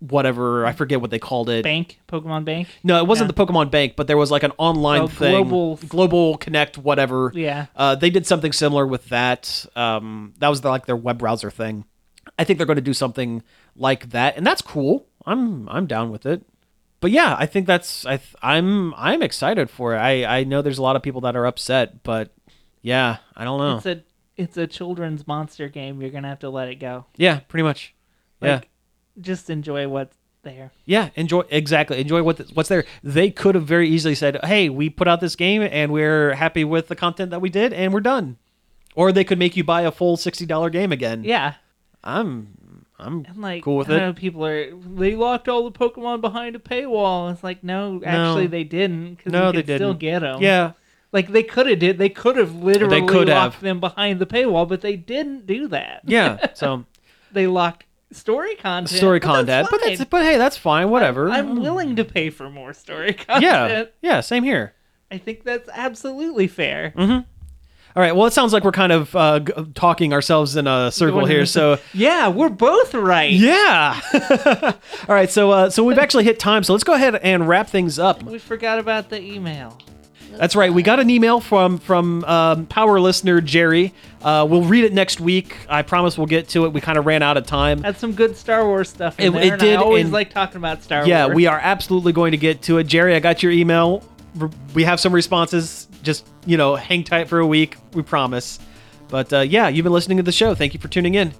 S3: Whatever I forget what they called it.
S2: Bank, Pokemon Bank.
S3: No, it wasn't the Pokemon Bank, but there was like an online
S2: Oh,
S3: thing,
S2: global-
S3: global connect, whatever.
S2: Yeah.
S3: uh, they did something similar with that. Um, that was the, like their web browser thing. I think they're going to do something like that, and that's cool. I'm I'm down with it. But yeah, I think that's I th- I'm I'm excited for it. I I know there's a lot of people that are upset, but yeah, I don't know.
S2: It's a it's a children's monster game. You're gonna have to let it go.
S3: yeah, pretty much. yeah.
S2: Like, Just enjoy what's there.
S3: Yeah, enjoy exactly. Enjoy what th- what's there. They could have very easily said, "Hey, we put out this game and we're happy with the content that we did and we're done." Or they could make you buy a full $60 game again.
S2: Yeah.
S3: I'm I'm
S2: And like uh,
S3: cool with
S2: I
S3: it.
S2: know people are they locked all the Pokemon behind a paywall. It's like no, actually they didn't because
S3: No,
S2: you
S3: they
S2: could still
S3: didn't.
S2: get them.
S3: Yeah.
S2: like they could have did. They could have literally
S3: could
S2: locked
S3: have.
S2: them behind the paywall, but they didn't do that. [laughs]
S3: Yeah. So
S2: they locked story content.
S3: story
S2: but
S3: content,
S2: that's
S3: but
S2: fine.
S3: that's but hey, that's fine, whatever.
S2: I'm willing to pay for more story content.
S3: yeah. Yeah, same here.
S2: I think that's absolutely fair.
S3: Mm-hmm. All right. Well, it sounds like we're kind of uh, g- talking ourselves in a circle
S2: Going
S3: here.
S2: into-
S3: So
S2: Yeah, we're both
S3: [laughs]
S2: right.
S3: yeah. [laughs] All right. So uh, so we've actually hit time. So let's go ahead and wrap things up.
S2: We forgot about the email.
S3: That's right. We got an email from from um, power listener Jerry. Uh, we'll read it next week. I promise we'll get to it. We kind of ran out of time.
S2: Had some good Star Wars stuff in
S3: It-
S2: there.
S3: it
S2: and
S3: did,
S2: I always
S3: and-
S2: like talking about Star
S3: Yeah,
S2: Wars.
S3: we are absolutely going to get to it. Jerry, I got your email. R- We have some responses. Just you know, hang tight for a week. We promise. But uh, yeah, you've been listening to the show. Thank you for tuning in.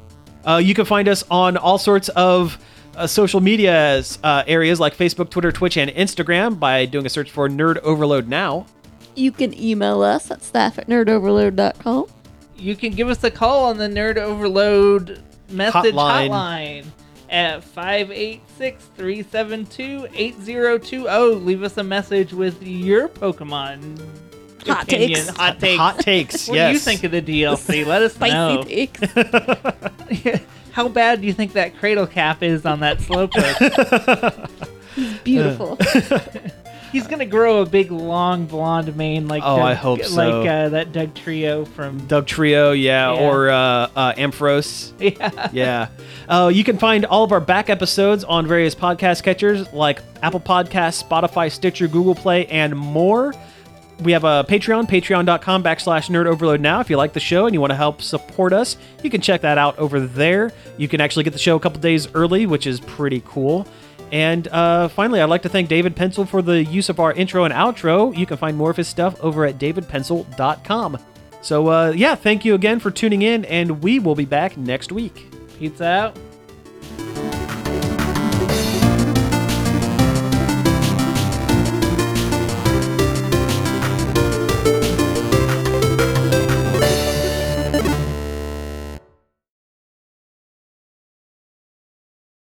S3: Uh, you can find us on all sorts of uh, social media uh, areas like Facebook, Twitter, Twitch, and Instagram by doing a search for Nerd Overload now.
S4: You can email us at staff at nerdoverload.com.
S2: you can give us a call on the Nerd Overload message
S3: Hotline.
S2: hotline, at 586-372-8020. Leave us a message with your Pokemon
S4: Hot
S2: opinion,
S4: takes.
S2: hot takes.
S3: Hot takes.
S2: [laughs] what
S3: yes.
S2: do you think of the
S3: [laughs]
S2: DLC? Let us
S4: Spicy
S2: know.
S4: takes.
S2: [laughs] How bad do you think that cradle cap is on
S3: [laughs]
S2: that Slowpoke?
S4: Beautiful.
S2: He's gonna grow a big, long blonde mane like
S3: Oh,
S2: Doug,
S3: I hope so.
S2: like uh, that Doug Trio from.
S3: Doug Trio, yeah,
S2: Yeah.
S3: or uh, uh, Amphros.
S2: Yeah.
S3: yeah. Uh, you can find all of our back episodes on various podcast catchers like Apple Podcasts, Spotify, Stitcher, Google Play, and more. We have a Patreon, patreon.com backslash nerd overload now. If you like the show and you want to help support us, you can check that out over there. You can actually get the show a couple days early, which is pretty cool. And uh, finally, I'd like to thank David Pencil for the use of our intro and outro. You can find more of his stuff over at davidpencil.com. So, uh, yeah, thank you again for tuning in, and we will be back next week.
S2: Pizza out.